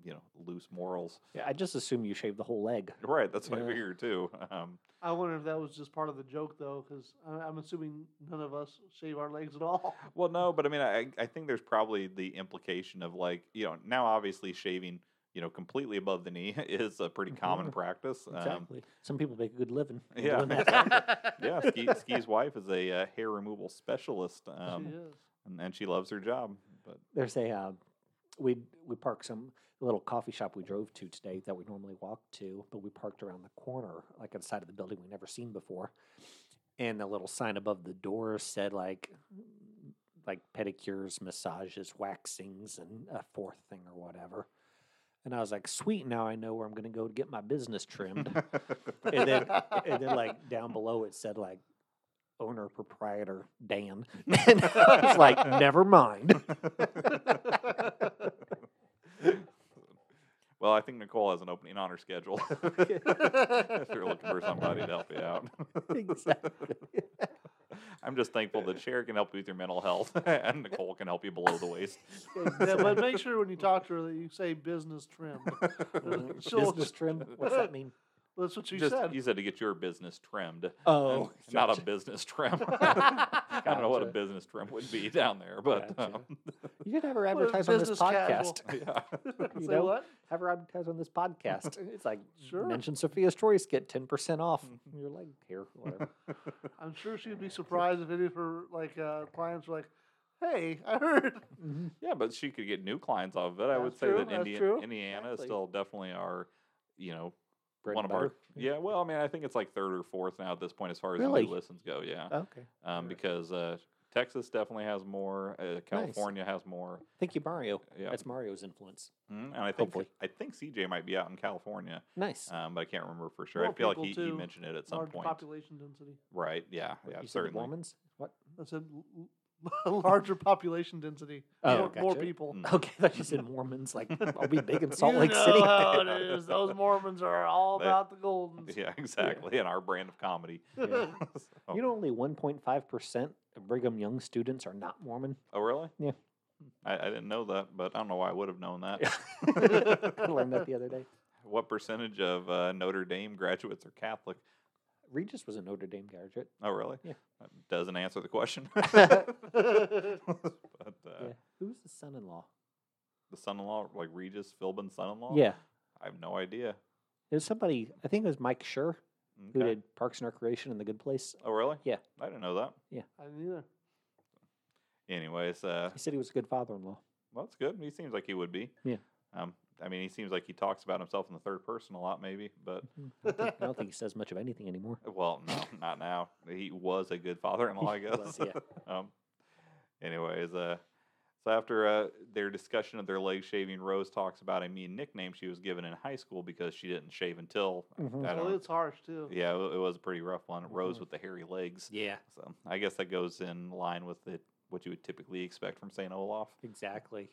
[SPEAKER 2] you know, loose morals.
[SPEAKER 1] Yeah, I just assume you shaved the whole leg.
[SPEAKER 2] Right, that's what
[SPEAKER 1] Yeah.
[SPEAKER 2] I figured too. Um,
[SPEAKER 3] I wonder if that was just part of the joke, though, because I'm assuming none of us shave our legs at all.
[SPEAKER 2] Well, no, but I mean, I I think there's probably the implication of like you know now obviously shaving you know, completely above the knee is a pretty common
[SPEAKER 1] Mhm.
[SPEAKER 2] practice. Um,
[SPEAKER 1] Exactly. Some people make a good living.
[SPEAKER 2] yeah,
[SPEAKER 1] doing that.
[SPEAKER 2] exactly. yeah. Ski, Ski's wife is a uh, hair removal specialist, um,
[SPEAKER 3] she is.
[SPEAKER 2] and, and she loves her job. But
[SPEAKER 1] There's a uh, we we parked some little coffee shop we drove to today that we normally walk to, but we parked around the corner, like on the side of the building we never seen before. And a little sign above the door said like like pedicures, massages, waxings, and a fourth thing or whatever. And I was like, sweet, now I know where I'm going to go to get my business trimmed. and then eh, and then like down below it said like owner proprietor Dan. And I was like, never mind.
[SPEAKER 2] well, I think Nicole has an opening on her schedule. if you're looking for somebody to help you out,
[SPEAKER 1] exactly.
[SPEAKER 2] I'm just thankful that Cher can help you with your mental health, and Nicole can help you below the waist.
[SPEAKER 3] Yeah, but make sure when you talk to her that you say business trim.
[SPEAKER 2] Mm-hmm.
[SPEAKER 3] She'll-
[SPEAKER 1] Business trim. What's that mean?
[SPEAKER 3] That's what she
[SPEAKER 2] Just-
[SPEAKER 3] said.
[SPEAKER 2] you said to get your business trimmed.
[SPEAKER 1] Oh,
[SPEAKER 2] not a business trim. I don't know what a
[SPEAKER 1] Gotcha.
[SPEAKER 2] business trim would be down there, but
[SPEAKER 1] Gotcha.
[SPEAKER 2] um,
[SPEAKER 1] You should have her
[SPEAKER 3] What is
[SPEAKER 1] advertise on this
[SPEAKER 3] business
[SPEAKER 1] podcast.
[SPEAKER 3] casual?
[SPEAKER 2] yeah.
[SPEAKER 1] you
[SPEAKER 3] say
[SPEAKER 1] know,
[SPEAKER 3] what?
[SPEAKER 1] Have her advertise on this podcast. It's like
[SPEAKER 3] Sure.
[SPEAKER 1] mention Sophia's Choice, get ten percent off
[SPEAKER 2] Mm-hmm.
[SPEAKER 1] your leg hair. Whatever.
[SPEAKER 3] I'm sure she'd be surprised if any of her like uh, clients were like, "Hey, I heard."
[SPEAKER 1] Mm-hmm.
[SPEAKER 2] yeah, but she could get new clients off of it. I would
[SPEAKER 3] That's
[SPEAKER 2] say
[SPEAKER 3] true,
[SPEAKER 2] that
[SPEAKER 3] that's
[SPEAKER 2] Indi-
[SPEAKER 3] true.
[SPEAKER 2] Indiana
[SPEAKER 1] Exactly.
[SPEAKER 2] is still definitely our, you know,
[SPEAKER 1] Bread
[SPEAKER 2] one
[SPEAKER 1] and
[SPEAKER 2] of our.
[SPEAKER 1] butter.
[SPEAKER 2] Yeah, well, I mean, I think it's like third or fourth now at this point as far as
[SPEAKER 1] Really?
[SPEAKER 2] new listens go. Yeah,
[SPEAKER 1] Oh, Okay.
[SPEAKER 2] um,
[SPEAKER 3] sure.
[SPEAKER 2] because uh, Texas definitely has more. Uh, California has more.
[SPEAKER 1] Thank you, Mario.
[SPEAKER 2] Yeah,
[SPEAKER 1] That's Mario's influence.
[SPEAKER 2] Mhm, and I think
[SPEAKER 1] hopefully.
[SPEAKER 2] I think CJ might be out in California,
[SPEAKER 1] Nice.
[SPEAKER 2] um, but I can't remember for sure. I
[SPEAKER 3] More
[SPEAKER 2] feel like
[SPEAKER 3] people,
[SPEAKER 2] he, he
[SPEAKER 3] too.
[SPEAKER 2] mentioned it at some
[SPEAKER 3] Large
[SPEAKER 2] point.
[SPEAKER 3] population density.
[SPEAKER 2] Right? Yeah. Yeah.
[SPEAKER 1] you said the
[SPEAKER 2] certainly.
[SPEAKER 1] Mormons? What?
[SPEAKER 3] I said l- l- larger population density.
[SPEAKER 1] Oh,
[SPEAKER 3] more, more
[SPEAKER 1] gotcha.
[SPEAKER 3] people.
[SPEAKER 2] Mm.
[SPEAKER 1] Okay, I thought you said Mormons. Like, I'll be big in Salt
[SPEAKER 3] you
[SPEAKER 1] Lake
[SPEAKER 3] know
[SPEAKER 1] City.
[SPEAKER 2] uh,
[SPEAKER 3] how it is. Those Mormons are all
[SPEAKER 2] They-
[SPEAKER 3] about the Goldens.
[SPEAKER 2] Yeah, exactly. And our brand of comedy.
[SPEAKER 1] Yeah.
[SPEAKER 2] So-
[SPEAKER 1] You know, only 1.5% of Brigham Young students are not Mormon.
[SPEAKER 2] oh, really?
[SPEAKER 1] Yeah.
[SPEAKER 2] I, I didn't know that, but I don't know why I would have known that.
[SPEAKER 1] I learned that the other day.
[SPEAKER 2] what percentage of uh, Notre Dame graduates are Catholic?
[SPEAKER 1] Regis was a Notre Dame graduate.
[SPEAKER 2] Oh, really?
[SPEAKER 1] Yeah.
[SPEAKER 2] That doesn't answer the question.
[SPEAKER 1] yeah.
[SPEAKER 2] but uh,
[SPEAKER 1] Who was the son in law?
[SPEAKER 2] the son in law, like Regis Philbin's son in law?
[SPEAKER 1] Yeah.
[SPEAKER 2] I have no idea.
[SPEAKER 1] It was somebody, I think it was Mike Schur, who
[SPEAKER 2] Okay.
[SPEAKER 1] did Parks and Recreation and The Good Place.
[SPEAKER 2] Oh, really?
[SPEAKER 1] Yeah.
[SPEAKER 2] I didn't know that.
[SPEAKER 3] I didn't either.
[SPEAKER 2] Anyways, uh,
[SPEAKER 1] He said he was a good father in law.
[SPEAKER 2] well, that's good. He seems like he would be.
[SPEAKER 1] Yeah.
[SPEAKER 2] Um, I mean, he seems like he talks about himself in the third person a lot, maybe, but
[SPEAKER 1] I don't think- I don't think he says much of anything anymore.
[SPEAKER 2] Well, no, not now. He was a good father-in-law, I
[SPEAKER 1] He
[SPEAKER 2] guess.
[SPEAKER 1] was, yeah.
[SPEAKER 2] um, anyways, uh, so after uh, their discussion of their leg shaving, Rose talks about a mean nickname she was given in high school because she didn't shave until.
[SPEAKER 1] Mhm.
[SPEAKER 2] I
[SPEAKER 3] Well,
[SPEAKER 2] don't,
[SPEAKER 3] it's harsh too.
[SPEAKER 2] yeah, it it was a pretty rough one. Rose
[SPEAKER 1] Mhm.
[SPEAKER 2] with the hairy legs.
[SPEAKER 1] Yeah,
[SPEAKER 2] So I guess that goes in line with it, what you would typically expect from Saint Olaf.
[SPEAKER 1] exactly.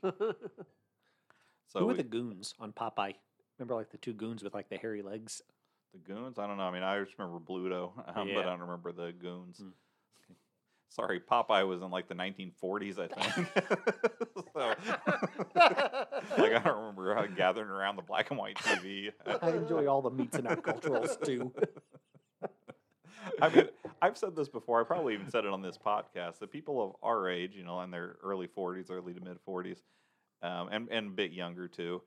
[SPEAKER 2] So
[SPEAKER 1] who were
[SPEAKER 2] we-
[SPEAKER 1] the goons on Popeye? Remember, like the two goons with like the hairy legs?
[SPEAKER 2] The goons? I don't know. I mean, I just remember Bluto, um,
[SPEAKER 1] Yeah.
[SPEAKER 2] but I don't remember the goons.
[SPEAKER 1] Mm.
[SPEAKER 2] Sorry, Popeye was in like the 1940s, I think. so, like, I don't remember uh, gathering around the black and white TV.
[SPEAKER 1] I enjoy all the meats in our cultural stew.
[SPEAKER 2] I mean, I've said this before. I probably even said it on this podcast. The people of our age, you know, in their early 40s, early to mid 40s, um, and, and a bit younger too,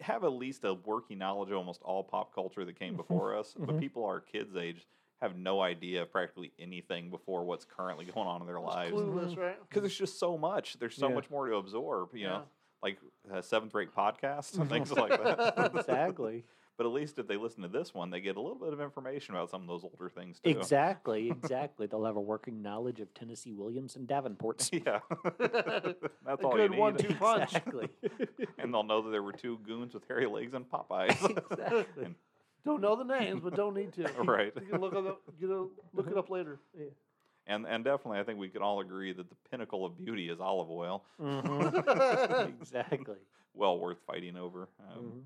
[SPEAKER 2] have at least a working knowledge of almost all pop culture that came before us. But
[SPEAKER 1] Mhm.
[SPEAKER 2] people our kids' age have no idea of practically anything before what's currently going on in their
[SPEAKER 3] It's
[SPEAKER 2] lives.
[SPEAKER 3] clueless, right?
[SPEAKER 2] Because there's just so much. There's so
[SPEAKER 1] Yeah.
[SPEAKER 2] much more to absorb, you
[SPEAKER 3] Yeah.
[SPEAKER 2] know, like uh, seventh rate podcasts and things like that.
[SPEAKER 1] exactly.
[SPEAKER 2] But at least if they listen to this one, they get a little bit of information about some of those older things too.
[SPEAKER 1] Exactly, exactly. They'll have a working knowledge of Tennessee Williams and Davenport's.
[SPEAKER 2] Yeah. That's
[SPEAKER 3] A
[SPEAKER 2] all you
[SPEAKER 3] good
[SPEAKER 2] need.
[SPEAKER 3] one-two punch.
[SPEAKER 1] Exactly.
[SPEAKER 2] And they'll know that there were two goons with hairy legs and Popeyes.
[SPEAKER 1] exactly.
[SPEAKER 2] And-
[SPEAKER 3] Don't know the names, but don't need to.
[SPEAKER 2] Right.
[SPEAKER 3] You can look, it up, you know, look it up later.
[SPEAKER 2] and and definitely I think we can all agree that the pinnacle of beauty is olive oil.
[SPEAKER 1] Mhm. Exactly.
[SPEAKER 2] Well worth fighting over. Um,
[SPEAKER 1] Mhm.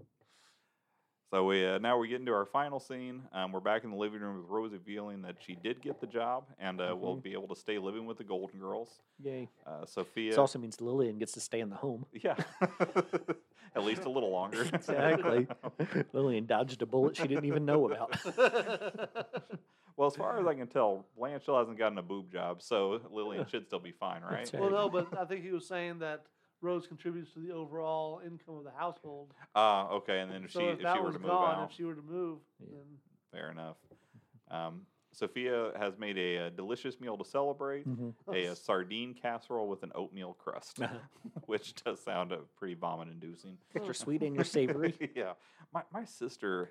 [SPEAKER 2] So we uh, now we get into our final scene. Um, we're back in the living room with Rose revealing that she did get the job and uh, will be able to stay living with the Golden Girls.
[SPEAKER 1] Yay.
[SPEAKER 2] Uh, Sophia,
[SPEAKER 1] This also means Lillian gets to stay in the home.
[SPEAKER 2] yeah, at least a little longer.
[SPEAKER 1] Exactly. Lillian dodged a bullet she didn't even know about.
[SPEAKER 2] Well, as far as I can tell, Blanche still hasn't gotten a boob job, so Lillian should still be fine, right?
[SPEAKER 1] right.
[SPEAKER 3] Well, no, but I think he was saying that Rose contributes to the overall income of the household.
[SPEAKER 2] Ah, okay. And then if
[SPEAKER 3] so
[SPEAKER 2] she
[SPEAKER 3] if
[SPEAKER 2] if,
[SPEAKER 3] that
[SPEAKER 2] she were
[SPEAKER 3] was
[SPEAKER 2] to move
[SPEAKER 3] gone,
[SPEAKER 2] out,
[SPEAKER 3] if she were to move,
[SPEAKER 1] Yeah.
[SPEAKER 3] then
[SPEAKER 2] fair enough. Um, Sophia has made a, uh delicious meal to celebrate:
[SPEAKER 1] Mhm.
[SPEAKER 2] a, uh sardine casserole with an oatmeal crust, which does sound uh, pretty vomit-inducing.
[SPEAKER 1] Got your sweet and your savory.
[SPEAKER 2] yeah. My my sister,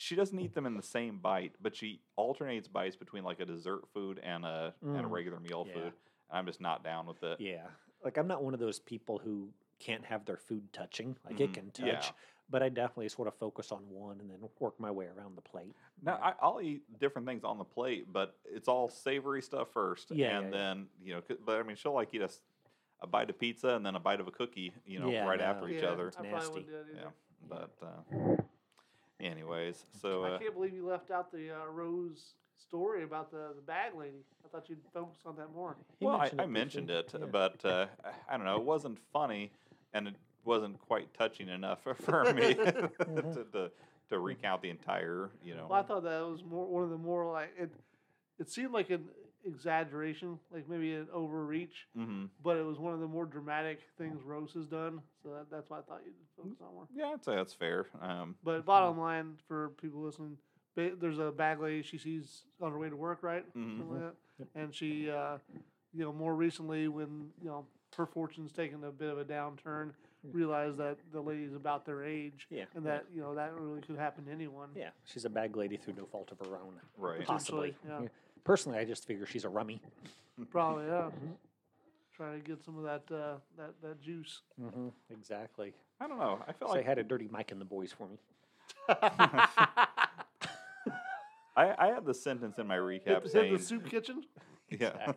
[SPEAKER 2] she doesn't eat them in the same bite, but she alternates bites between like a dessert food and a and a
[SPEAKER 1] Mm.
[SPEAKER 2] regular meal
[SPEAKER 1] Yeah.
[SPEAKER 2] food. And I'm just not down with it.
[SPEAKER 1] Yeah. Like I'm not one of those people who can't have their food touching. Like
[SPEAKER 2] Mhm.
[SPEAKER 1] it can touch,
[SPEAKER 2] Yeah.
[SPEAKER 1] but I definitely sort of focus on one and then work my way around the plate.
[SPEAKER 2] No,
[SPEAKER 1] Yeah.
[SPEAKER 2] I, I'll eat different things on the plate, but it's all savory stuff first,
[SPEAKER 1] Yeah,
[SPEAKER 2] and
[SPEAKER 1] yeah, yeah.
[SPEAKER 2] then you know. 'cause- But I mean, she'll like eat a, s- a bite of pizza and then a bite of a cookie, you know,
[SPEAKER 1] Yeah,
[SPEAKER 2] right
[SPEAKER 1] no.
[SPEAKER 2] after each
[SPEAKER 3] yeah,
[SPEAKER 2] other.
[SPEAKER 3] I probably
[SPEAKER 1] Nasty.
[SPEAKER 3] wouldn't do it
[SPEAKER 2] Yeah,
[SPEAKER 3] either.
[SPEAKER 2] but uh, anyways, so
[SPEAKER 3] I
[SPEAKER 2] uh,
[SPEAKER 3] can't believe you left out the uh, Rose story about the, the bag lady. I thought you'd focus on that more.
[SPEAKER 1] He
[SPEAKER 2] well, I,
[SPEAKER 1] mentioned
[SPEAKER 2] I
[SPEAKER 1] it briefly.
[SPEAKER 2] mentioned
[SPEAKER 1] Yeah.
[SPEAKER 2] it, but uh, I- I don't know. It wasn't funny, and it wasn't quite touching enough for, for me to,
[SPEAKER 1] Mm-hmm.
[SPEAKER 2] to to recount the entire, you know.
[SPEAKER 3] Well, I thought that was more one of the more like it. It seemed like an exaggeration, like maybe an overreach,
[SPEAKER 2] hmm
[SPEAKER 3] but it was one of the more dramatic things Rose has done. So that, that's why I thought you'd focus on more.
[SPEAKER 2] Yeah, I'd say that's fair. Um,
[SPEAKER 3] But bottom line for people listening, ba- there's a bag lady she sees on her way to work, right?
[SPEAKER 2] Mhm.
[SPEAKER 1] Mm-hmm.
[SPEAKER 3] Something like that. And she, uh, you know, more recently when you know her fortune's taken a bit of a downturn, realized that the lady's about their age,
[SPEAKER 1] Yeah.
[SPEAKER 3] and that you know that really could happen to anyone.
[SPEAKER 1] Yeah, she's a bag lady through no fault of her own.
[SPEAKER 2] Right.
[SPEAKER 1] Possibly.
[SPEAKER 3] Potentially, yeah.
[SPEAKER 1] Personally, I just figure she's a rummy.
[SPEAKER 3] Probably, yeah. Trying to get some of that uh, that that juice.
[SPEAKER 1] Mm-hmm. Exactly.
[SPEAKER 2] I don't know. I feel
[SPEAKER 1] So I
[SPEAKER 2] like
[SPEAKER 1] had a dirty mic in the boys for me.
[SPEAKER 2] I, I had the sentence in my
[SPEAKER 3] Hit,
[SPEAKER 2] recap
[SPEAKER 3] hit
[SPEAKER 2] saying,
[SPEAKER 3] the soup kitchen.
[SPEAKER 2] yeah,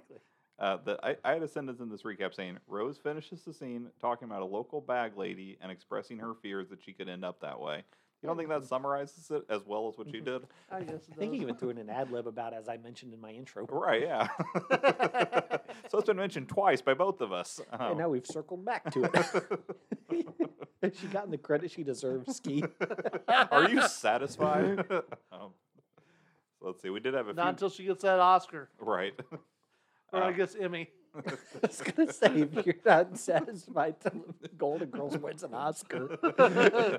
[SPEAKER 2] uh, the, I, I had a sentence in this recap saying, Rose finishes the scene talking about a local bag lady and expressing her fears that she could end up that way. You don't think
[SPEAKER 3] Mm-hmm.
[SPEAKER 2] that summarizes it as well as what you did?
[SPEAKER 3] I guess.
[SPEAKER 1] I think
[SPEAKER 3] it
[SPEAKER 1] he
[SPEAKER 3] does.
[SPEAKER 1] even threw in an ad lib about as I mentioned in my intro.
[SPEAKER 2] Right, yeah. so it's been mentioned twice by both of us. Oh.
[SPEAKER 1] And now we've circled back to it. she gotten the credit she deserves, Ski.
[SPEAKER 2] Are you satisfied? um, so let's see. We did have a
[SPEAKER 3] Not
[SPEAKER 2] few.
[SPEAKER 3] until she gets that Oscar,
[SPEAKER 2] right.
[SPEAKER 3] or I
[SPEAKER 2] Uh,
[SPEAKER 3] guess Emmy.
[SPEAKER 1] I was gonna say if you're not satisfied till Golden Girls wins an Oscar,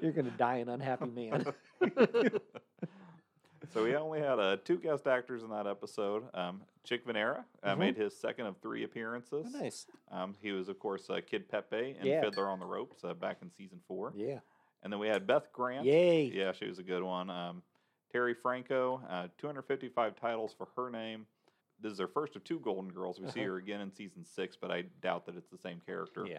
[SPEAKER 1] you're gonna die an unhappy man.
[SPEAKER 2] So we only had uh, two guest actors in that episode. Um, Chick Venera uh,
[SPEAKER 1] Mhm.
[SPEAKER 3] Mm-hmm.
[SPEAKER 2] made his second of three appearances.
[SPEAKER 1] Oh,
[SPEAKER 3] Oh,
[SPEAKER 1] nice.
[SPEAKER 2] Um, he was, of course, uh, Kid Pepe and
[SPEAKER 1] Yeah.
[SPEAKER 2] Fiddler on the Ropes uh, back in season four.
[SPEAKER 1] Yeah.
[SPEAKER 2] And then we had Beth Grant.
[SPEAKER 1] Yay.
[SPEAKER 2] Yeah, she was a good one. Um, Terry Franco, uh, 255 titles for her name. This is her first of two Golden Girls. We see
[SPEAKER 1] Uh-huh.
[SPEAKER 2] her again in season six, but I doubt that it's the same character.
[SPEAKER 1] Yeah.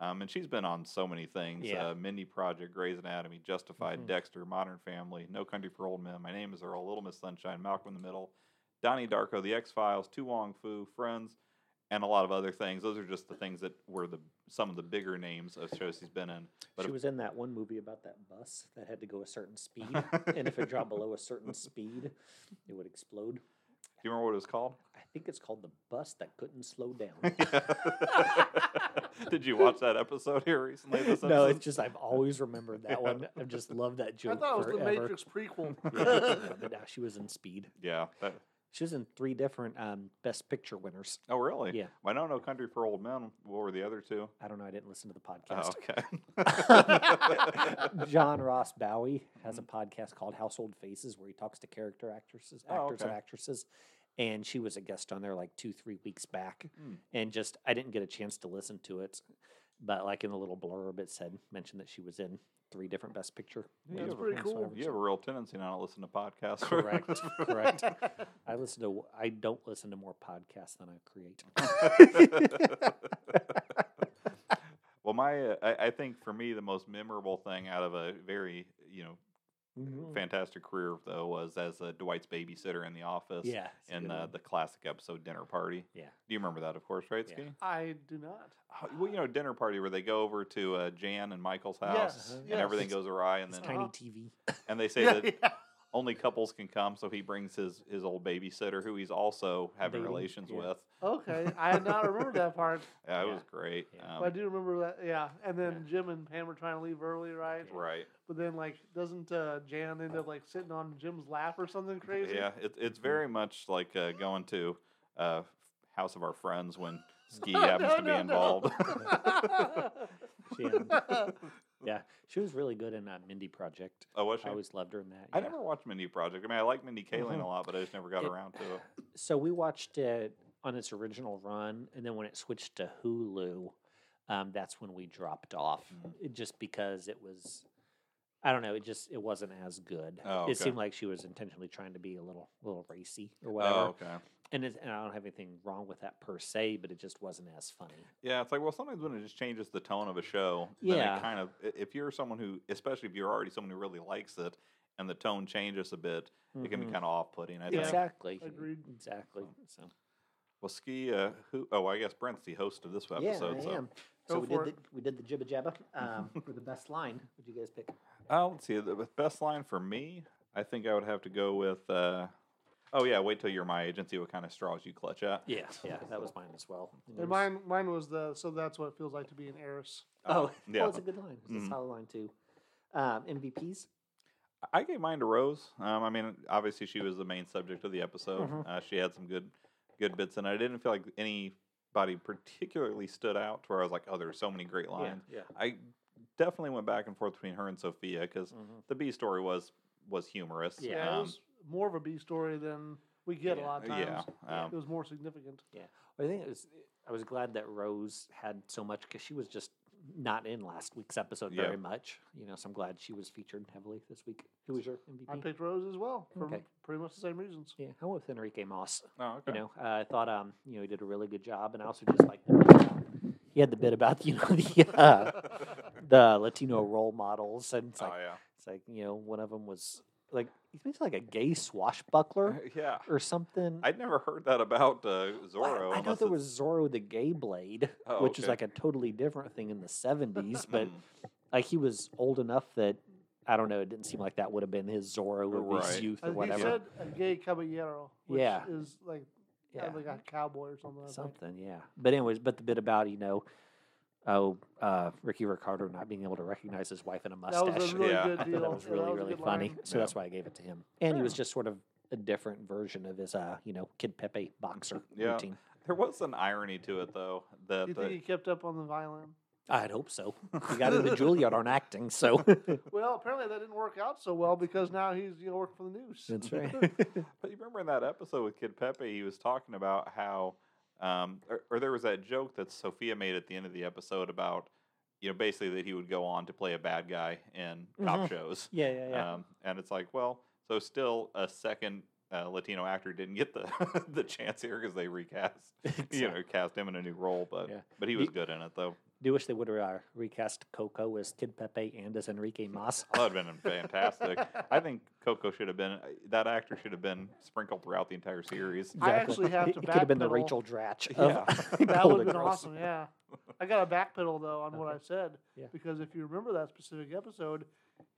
[SPEAKER 2] Um, and she's been on so many things:
[SPEAKER 1] Yeah.
[SPEAKER 2] uh, Mindy Project, Grey's Anatomy, Justified,
[SPEAKER 1] Mhm.
[SPEAKER 2] Dexter, Modern Family, No Country for Old Men, My Name Is Earl, Little Miss Sunshine, Malcolm in the Middle, Donnie Darko, The X Files, Tu Wong Fu, Friends, and a lot of other things. Those are just the things that were the some of the bigger names of shows she's been in. But
[SPEAKER 1] she
[SPEAKER 2] if-
[SPEAKER 1] was in that one movie about that bus that had to go a certain speed, and if it dropped below a certain speed, it would explode.
[SPEAKER 2] Do you remember what it was called?
[SPEAKER 1] I think it's called the bus that couldn't slow down.
[SPEAKER 2] Did you watch that episode here recently? The
[SPEAKER 1] no,
[SPEAKER 2] Simpsons?
[SPEAKER 1] it's just I've always remembered that one. I've just loved that
[SPEAKER 3] I
[SPEAKER 1] joke
[SPEAKER 3] thought it was the
[SPEAKER 1] forever.
[SPEAKER 3] Matrix prequel.
[SPEAKER 1] Yeah, but now she was in Speed.
[SPEAKER 2] yeah. that-
[SPEAKER 1] She was in three different um, Best Picture winners.
[SPEAKER 2] oh, really?
[SPEAKER 1] Yeah.
[SPEAKER 2] Well, I know No Country for Old Men. What were the other two?
[SPEAKER 1] I don't know. I didn't listen to the
[SPEAKER 2] Oh,
[SPEAKER 1] podcast.
[SPEAKER 2] okay.
[SPEAKER 3] Oh.
[SPEAKER 1] John Ross Bowie has a
[SPEAKER 3] Mm-hmm.
[SPEAKER 1] podcast called Household Faces where he talks to character actresses, actors
[SPEAKER 2] Oh,
[SPEAKER 1] and
[SPEAKER 2] okay.
[SPEAKER 1] actresses. And she was a guest on there like two, three weeks back.
[SPEAKER 2] Hmm.
[SPEAKER 1] And just, I didn't get a chance to listen to it. But like in the little blurb, it said, mentioned that she was in three different Best Picture.
[SPEAKER 2] Yeah,
[SPEAKER 1] wins
[SPEAKER 2] that's
[SPEAKER 1] or
[SPEAKER 3] pretty
[SPEAKER 1] things,
[SPEAKER 3] cool.
[SPEAKER 1] whatever.
[SPEAKER 2] you have a real tendency not to listen to podcasts.
[SPEAKER 1] Correct. Correct. I listen to, I don't listen to more podcasts than I create.
[SPEAKER 2] well, my uh, I, I think for me the most memorable thing out of a very you know
[SPEAKER 1] Mhm.
[SPEAKER 2] fantastic career though was as uh, Dwight's babysitter in The Office.
[SPEAKER 1] Yeah. it's a
[SPEAKER 2] In
[SPEAKER 1] good
[SPEAKER 2] uh,
[SPEAKER 1] one.
[SPEAKER 2] the classic episode Dinner Party.
[SPEAKER 1] yeah.
[SPEAKER 2] Do you remember that, of course, right,
[SPEAKER 1] Yeah.
[SPEAKER 2] Ski?
[SPEAKER 3] I do not.
[SPEAKER 2] Oh, Well, you know, dinner party where they go over to uh, Jan and Michael's house
[SPEAKER 3] Yes,
[SPEAKER 2] and
[SPEAKER 3] yes.
[SPEAKER 2] everything
[SPEAKER 1] It's-
[SPEAKER 2] goes awry, and
[SPEAKER 1] It's
[SPEAKER 2] then
[SPEAKER 1] tiny
[SPEAKER 3] Uh-huh.
[SPEAKER 1] TV.
[SPEAKER 2] and they say
[SPEAKER 3] Yeah,
[SPEAKER 2] that
[SPEAKER 3] yeah.
[SPEAKER 2] only couples can come, so he brings his his old babysitter who he's also having
[SPEAKER 1] Dating,
[SPEAKER 2] relations
[SPEAKER 1] yeah.
[SPEAKER 2] with.
[SPEAKER 3] Okay, I had not remembered that part,
[SPEAKER 2] Yeah, it
[SPEAKER 1] Yeah.
[SPEAKER 2] was great.
[SPEAKER 1] Yeah.
[SPEAKER 2] Um,
[SPEAKER 3] but I do remember that. Yeah, and then Jim and Pam are trying to leave early, right?
[SPEAKER 2] right?
[SPEAKER 3] But then, like, doesn't uh, Jan end up like sitting on Jim's lap or something crazy? Hmm.
[SPEAKER 2] Yeah, it, it's very much like uh, going to uh, House of Our Friends when Ski happens
[SPEAKER 3] No,
[SPEAKER 2] to be
[SPEAKER 3] no, no.
[SPEAKER 2] involved.
[SPEAKER 1] She, um, yeah, she was really good in uh, Mindy Project.
[SPEAKER 2] oh, was she?
[SPEAKER 1] I always loved her in that.
[SPEAKER 2] I
[SPEAKER 1] yeah.
[SPEAKER 2] never watched Mindy Project. I mean, I like Mindy Kaling a
[SPEAKER 1] Mhm.
[SPEAKER 2] lot, but I just never got
[SPEAKER 1] It-
[SPEAKER 2] around to it.
[SPEAKER 1] So we watched it on its original run, and then when it switched to Hulu, um, that's when we dropped off,
[SPEAKER 2] Mhm.
[SPEAKER 1] It- just because it was. I don't know. It just it wasn't as good.
[SPEAKER 2] Oh,
[SPEAKER 1] It
[SPEAKER 2] okay.
[SPEAKER 1] seemed like she was intentionally trying to be a little little racy or whatever.
[SPEAKER 2] Oh, okay.
[SPEAKER 1] And it's, and I don't have anything wrong with that per se, but it just wasn't as funny.
[SPEAKER 2] Yeah, it's like well, sometimes when it just changes the tone of a show, then
[SPEAKER 1] Yeah.
[SPEAKER 2] it kind of i- if you're someone who, especially if you're already someone who really likes it, and the tone changes a bit, it can be
[SPEAKER 1] Mhm.
[SPEAKER 2] kind of off-putting.
[SPEAKER 3] Yeah.
[SPEAKER 2] I think.
[SPEAKER 1] exactly
[SPEAKER 3] Mm-hmm. Agreed.
[SPEAKER 1] Exactly. So
[SPEAKER 2] Well, Ski, uh, who? Oh, I guess Brent's the host of this episode.
[SPEAKER 1] yeah, I
[SPEAKER 2] so
[SPEAKER 1] am.
[SPEAKER 3] Go
[SPEAKER 1] So we
[SPEAKER 3] for
[SPEAKER 1] did, the,
[SPEAKER 3] it.
[SPEAKER 1] we did the jibba jabba um, for the best line. Would you guys pick?
[SPEAKER 2] Uh, let's see. The best line for me, I think I would have to go with. Uh, oh yeah, wait till you're my age and see what kind of straws you clutch at.
[SPEAKER 1] Yeah, yeah, that was mine as well. It was-
[SPEAKER 3] And mine, mine was the so that's what it feels like to be an heiress.
[SPEAKER 1] Oh,
[SPEAKER 2] yeah.
[SPEAKER 1] that was a good line. It was
[SPEAKER 2] Mhm.
[SPEAKER 1] a solid line too. Um, MVPs.
[SPEAKER 2] I gave mine to Rose. Um, I mean, obviously she was the main subject of the episode.
[SPEAKER 1] Mhm.
[SPEAKER 2] Uh, she had some good, good bits, and I didn't feel like anybody particularly stood out to where I was like, oh, there's so many great lines.
[SPEAKER 1] Yeah.
[SPEAKER 2] I definitely went back and forth between her and Sophia because
[SPEAKER 1] yeah.
[SPEAKER 2] the B story was was humorous.
[SPEAKER 1] Mm. Yeah.
[SPEAKER 3] it
[SPEAKER 2] Um,
[SPEAKER 3] was more of a B story than we get a
[SPEAKER 1] Yeah,
[SPEAKER 3] lot of times.
[SPEAKER 2] yeah. Um,
[SPEAKER 3] it was more significant.
[SPEAKER 1] I think it was. I was glad that Rose had so much because she was just not in last week's episode
[SPEAKER 2] Yeah.
[SPEAKER 1] very much. You know, so I'm glad she was featured heavily this week. Who was your
[SPEAKER 3] I
[SPEAKER 1] MVP?
[SPEAKER 3] picked Rose as well for
[SPEAKER 1] Okay.
[SPEAKER 3] pretty much the same reasons.
[SPEAKER 1] yeah, I went with Enrique Moss.
[SPEAKER 2] oh,
[SPEAKER 1] You
[SPEAKER 2] okay.
[SPEAKER 1] know, uh, I thought um, you know, he did a really good job, and I also just like the bit about- he had the bit about you know the uh, the Latino role models, and it's like
[SPEAKER 2] oh
[SPEAKER 1] it's like you know one of them was like he's basically like a gay swashbuckler
[SPEAKER 2] yeah, yeah.
[SPEAKER 1] or something.
[SPEAKER 2] I'd never heard that about uh,
[SPEAKER 1] Well, I-
[SPEAKER 2] Zorro.
[SPEAKER 1] I, know
[SPEAKER 2] unless
[SPEAKER 1] there
[SPEAKER 2] it's-
[SPEAKER 1] was Zorro the Gay Blade,
[SPEAKER 2] Oh,
[SPEAKER 1] which is
[SPEAKER 2] okay.
[SPEAKER 1] like a totally different thing in the '70s, but
[SPEAKER 2] Mm.
[SPEAKER 1] like he was old enough that I don't know. It didn't seem like that would have been his Zorro or
[SPEAKER 2] Right.
[SPEAKER 1] his youth or
[SPEAKER 3] And he
[SPEAKER 1] whatever.
[SPEAKER 3] Uh, said a gay caballero, which
[SPEAKER 1] Yeah.
[SPEAKER 3] is like
[SPEAKER 1] yeah,
[SPEAKER 3] like a cowboy or something. I think.
[SPEAKER 1] something. Yeah, but anyways, but the bit about you know, oh, uh, Ricky Ricardo not being able to recognize his wife in a mustache.
[SPEAKER 3] That was a really
[SPEAKER 2] Yeah. I
[SPEAKER 3] good
[SPEAKER 1] I
[SPEAKER 3] deal.
[SPEAKER 1] thought that
[SPEAKER 3] Yeah,
[SPEAKER 1] was really,
[SPEAKER 3] a
[SPEAKER 1] really
[SPEAKER 3] good
[SPEAKER 1] funny.
[SPEAKER 3] line.
[SPEAKER 1] So
[SPEAKER 2] Yeah.
[SPEAKER 1] that's why I gave it to him. And
[SPEAKER 2] Fair
[SPEAKER 1] he was just sort of a different version of his, uh, you know, Kid Pepe boxer
[SPEAKER 2] Yeah.
[SPEAKER 1] routine.
[SPEAKER 2] There was an irony to it, though.
[SPEAKER 3] Do you
[SPEAKER 2] That
[SPEAKER 3] think
[SPEAKER 2] the,
[SPEAKER 3] he kept up on the violin?
[SPEAKER 1] I'd hope so. He got into Juilliard on acting, so
[SPEAKER 3] Well, apparently that didn't work out so well because now he's you know working for the news.
[SPEAKER 1] that's right.
[SPEAKER 2] but you remember in that episode with Kid Pepe, he was talking about how, um, or, or there was that joke that Sophia made at the end of the episode about, you know, basically that he would go on to play a bad guy in cop
[SPEAKER 1] Mhm.
[SPEAKER 2] shows.
[SPEAKER 1] Yeah, yeah, yeah.
[SPEAKER 2] Um, and it's like, well, so still a second uh, Latino actor didn't get the the chance here because they recast, you know, cast him in a new role. But
[SPEAKER 1] Yeah.
[SPEAKER 2] but he
[SPEAKER 1] Do-
[SPEAKER 2] was good in it though.
[SPEAKER 1] Do you wish they would have uh, recast Coco as Kid Pepe and as Enrique Mas?
[SPEAKER 2] That would have been fantastic. I think Coco should have been that actor should have been sprinkled throughout the entire series.
[SPEAKER 3] I actually have
[SPEAKER 1] He-
[SPEAKER 3] to
[SPEAKER 1] He could have been the
[SPEAKER 3] backpedal.
[SPEAKER 1] Rachel Dratch.
[SPEAKER 2] Yeah.
[SPEAKER 1] Of
[SPEAKER 3] that would
[SPEAKER 1] Golden
[SPEAKER 3] have been
[SPEAKER 1] Girls.
[SPEAKER 3] awesome. Yeah, I got a backpedal though on what I said
[SPEAKER 1] Yeah.
[SPEAKER 3] because if you remember that specific episode,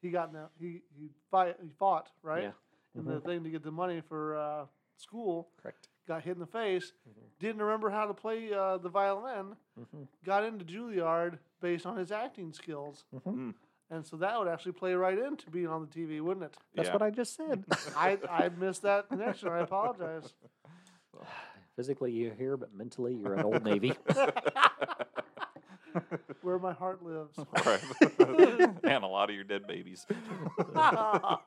[SPEAKER 3] he got in the, he he fight he fought right
[SPEAKER 1] Yeah. Mm-hmm.
[SPEAKER 3] in the thing to get the money for uh, school.
[SPEAKER 1] Correct.
[SPEAKER 3] Got hit in the face.
[SPEAKER 1] Mhm.
[SPEAKER 3] Didn't remember how to play uh, the violin.
[SPEAKER 1] Mhm.
[SPEAKER 3] Got into Juilliard based on his acting skills.
[SPEAKER 1] Mhm.
[SPEAKER 2] Mm.
[SPEAKER 3] And so that would actually play right into being on the TV, wouldn't it?
[SPEAKER 1] That's
[SPEAKER 2] Yeah.
[SPEAKER 1] what I just said.
[SPEAKER 3] I, I missed that connection. I apologize.
[SPEAKER 1] Physically, you're here, but mentally, you're an old Navy.
[SPEAKER 3] Where my heart lives.
[SPEAKER 2] Right. and a lot of your dead babies.
[SPEAKER 3] Uh,
[SPEAKER 1] All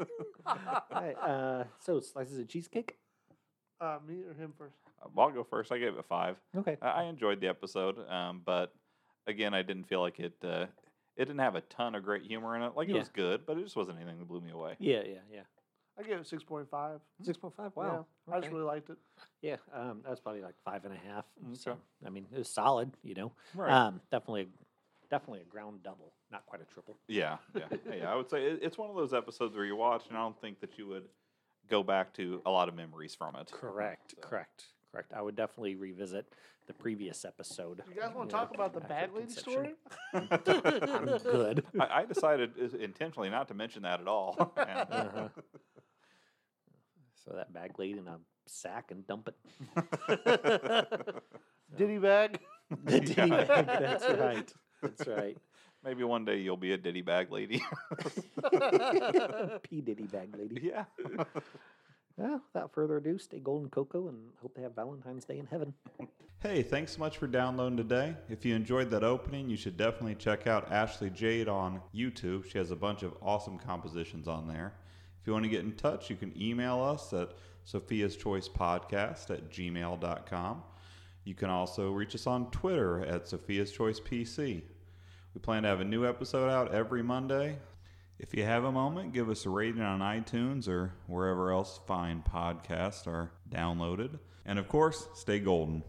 [SPEAKER 1] right, uh, so, slices of cheesecake?
[SPEAKER 3] uh, me or him first?
[SPEAKER 2] I'll go first. I gave it five.
[SPEAKER 1] Okay.
[SPEAKER 2] I, I enjoyed the episode, um, but again, I didn't feel like it. Uh, it didn't have a ton of great humor in it. Like it
[SPEAKER 1] Yeah.
[SPEAKER 2] was good, but it just wasn't anything that blew me away.
[SPEAKER 1] Yeah, yeah, yeah.
[SPEAKER 3] I gave it six point five.
[SPEAKER 1] Mm-hmm. Six point five.
[SPEAKER 3] Yeah,
[SPEAKER 1] Wow.
[SPEAKER 3] I just really liked it.
[SPEAKER 1] Yeah, um, that was probably like five and a half.
[SPEAKER 2] Okay.
[SPEAKER 1] So I mean, it was solid. You know,
[SPEAKER 2] Right.
[SPEAKER 1] um, definitely, definitely a ground double, not quite a triple.
[SPEAKER 2] Yeah, yeah, yeah. I would say it, it's one of those episodes where you watch, and I don't think that you would go back to a lot of memories from it.
[SPEAKER 1] Correct.
[SPEAKER 2] So-
[SPEAKER 1] Correct. Correct. I would definitely revisit the previous episode.
[SPEAKER 3] You guys want to
[SPEAKER 1] know,
[SPEAKER 3] talk about the
[SPEAKER 1] after
[SPEAKER 3] bag lady
[SPEAKER 1] conception.
[SPEAKER 3] story?
[SPEAKER 1] I'm good.
[SPEAKER 2] I, I decided is- intentionally not to mention that at all. and-
[SPEAKER 1] Uh-huh. So that bag laid in a sack and dump it.
[SPEAKER 3] Diddy bag.
[SPEAKER 1] The ditty
[SPEAKER 2] Yeah.
[SPEAKER 1] bag. That's right. That's right.
[SPEAKER 2] Maybe one day you'll be a ditty bag lady.
[SPEAKER 1] P Diddy bag lady.
[SPEAKER 2] yeah.
[SPEAKER 1] Well, without further ado, stay golden, Coco, and hope they have Valentine's Day in heaven.
[SPEAKER 2] Hey, thanks so much for downloading today. If you enjoyed that opening, you should definitely check out Ashley Jade on YouTube. She has a bunch of awesome compositions on there. If you want to get in touch, you can email us at Sophia's Choice Podcast at gmail.com. You can also reach us on Twitter at Sophia's Choice PC. We plan to have a new episode out every Monday. If you have a moment, give us a rating on iTunes or wherever else fine podcasts are downloaded. And of course, stay golden.